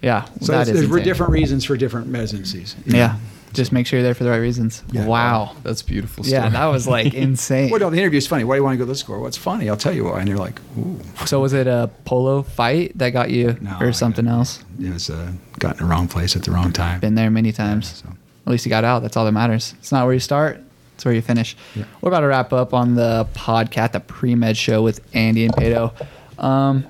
Yeah,
so
that
there's,
is
there's
insane.
different reasons for different residencies.
Yeah. just make sure you're there for the right reasons.
Yeah.
Wow.
That's a beautiful. Story.
Yeah, that was like insane.
Well, no, the interview's funny. Why do you want to go to this school? What's funny? I'll tell you why. And they're like, ooh.
So was it a polo fight that got you,
No,
or something else?
it was uh, got in the wrong place at the wrong time.
Been there many times.
Yeah, so-
At least you got out. That's all that matters. It's not where you start. It's where you finish. We're about to wrap up on the podcast, the pre med show with Andy and Pato. Um,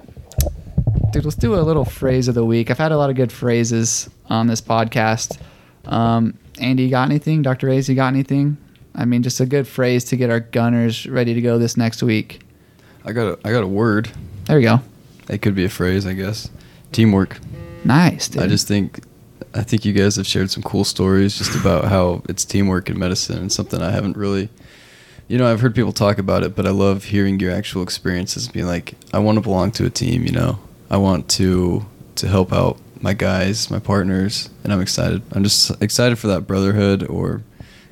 dude, let's do a little phrase of the week. I've had a lot of good phrases on this podcast. Um, Andy, you got anything? Dr. A's, you got anything? I mean, just a good phrase to get our gunners ready to go this next week.
I got a, I got a word.
There you go.
That could be a phrase, I guess. Teamwork.
Nice, dude.
I just think, I think you guys have shared some cool stories just about how it's teamwork in medicine and something I haven't really, you know, I've heard people talk about it, but I love hearing your actual experiences. Being like, I want to belong to a team. You know, I want to to help out my guys, my partners, and I'm excited. I'm just excited for that brotherhood or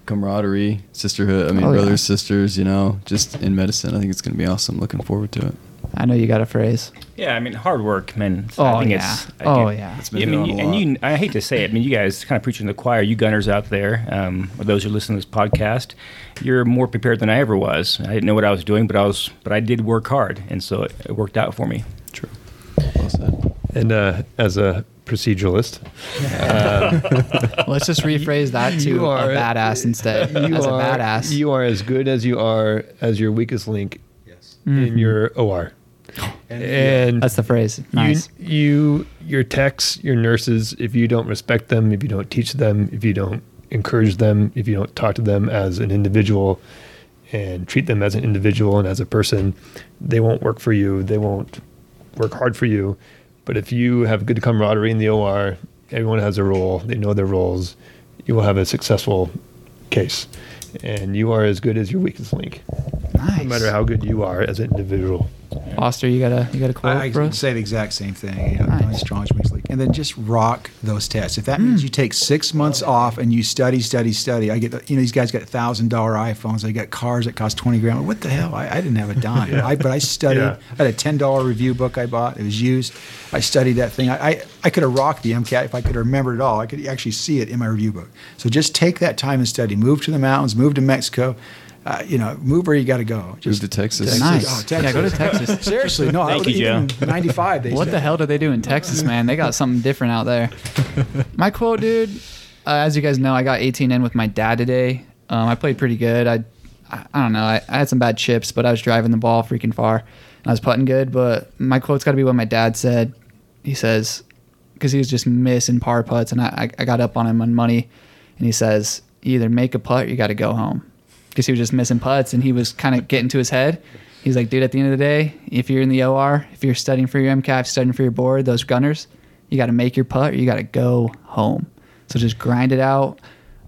camaraderie, sisterhood. I mean,
Oh, yeah.
brothers, sisters. You know, just in medicine, I think it's going to be awesome. Looking forward to it.
I know you got a phrase.
Yeah, I mean, hard work, man. it's-
Oh,
I think
yeah.
it's, I
Oh,
get-
yeah.
It's
I
been
mean,
doing
you-
a
and
lot.
you, I hate to say it. I mean, you guys kind of preaching to the choir. You gunners out there, um, or those who listen to this podcast, you're more prepared than I ever was. I didn't know what I was doing, but I was, but I did work hard, and so it, it worked out for me.
True. Well said.
And uh, as a proceduralist,
Let's just rephrase that to
You
a
are-
badass instead. As a badass.
you are as good as you are as your weakest link
Yes.
in your OR.
And,
And
That's the phrase. Nice.
You, you, your techs, your nurses, if you don't respect them, if you don't teach them, if you don't encourage them, if you don't talk to them as an individual and treat them as an individual and as a person, they won't work for you. They won't work hard for you. But if you have good camaraderie in the OR, everyone has a role, they know their roles, you will have a successful case. And you are as good as your weakest link,
nice.
no matter how good you are as an individual.
Foster, you got a you got a quote
I, I
for us?
say the exact same thing. You know,
Nice.
nice. strong wings leak. And then just rock those tests. If that means you take six months off and you study, study, study. I get, the- you know, these guys got thousand dollar iPhones. They got cars that cost twenty grand. What the hell? I, I didn't have a dime. I, but I studied.
Yeah.
I had a ten dollar review book I bought. It was used. I studied that thing. I, I, I could have rocked the MCAT if I could have remembered it all. I could actually see it in my review book. So just take that time and study. Move to the mountains. Move to Mexico. Uh, you know, move where you got to go. Just
Move to Texas.
Nice.
Oh, Texas.
yeah, go to Texas.
Seriously, no. I
Thank
would've
you, Joe.
eaten 95 days.
What the hell do they do in Texas, man? They got something different out there. My quote, dude. Uh, as you guys know, I got 18 in with my dad today. Um, I played pretty good. I, I, I don't know. I, I had some bad chips, but I was driving the ball freaking far. And I was putting good. But my quote's got to be what my dad said. He says, because he was just missing par putts, and I, I, I got up on him on money, and he says, you either make a putt, or you got to go home because he was just missing putts and he was kind of getting to his head. He's like, dude, at the end of the day, if you're in the OR, if you're studying for your MCAT, studying for your board, those gunners, you got to make your putt or you got to go home. So just grind it out.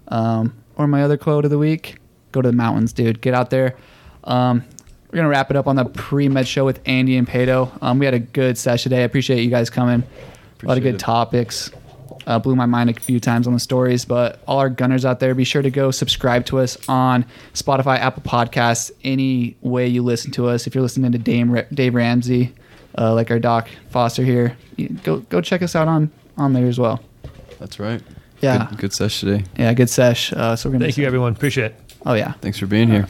Um, or my other quote of the week go to the mountains, dude. Get out there. Um, we're going to wrap it up on the pre med show with Andy and Pato. Um, we had a good session today. I appreciate you guys coming. a lot of
Appreciate
good
it.
topics uh, blew my mind a few times on the stories, but all our gunners out there, be sure to go subscribe to us on Spotify, Apple Podcasts, any way you listen to us. If you're listening to Dame Ra- Dave Ramsey, uh, like our doc Foster here, you- go go check us out on on there as well.
That's right.
Yeah.
Good, good sesh today.
Yeah, good sesh. Uh, so we're gonna
Thank you, everyone. Appreciate it.
Oh yeah.
Thanks for being here.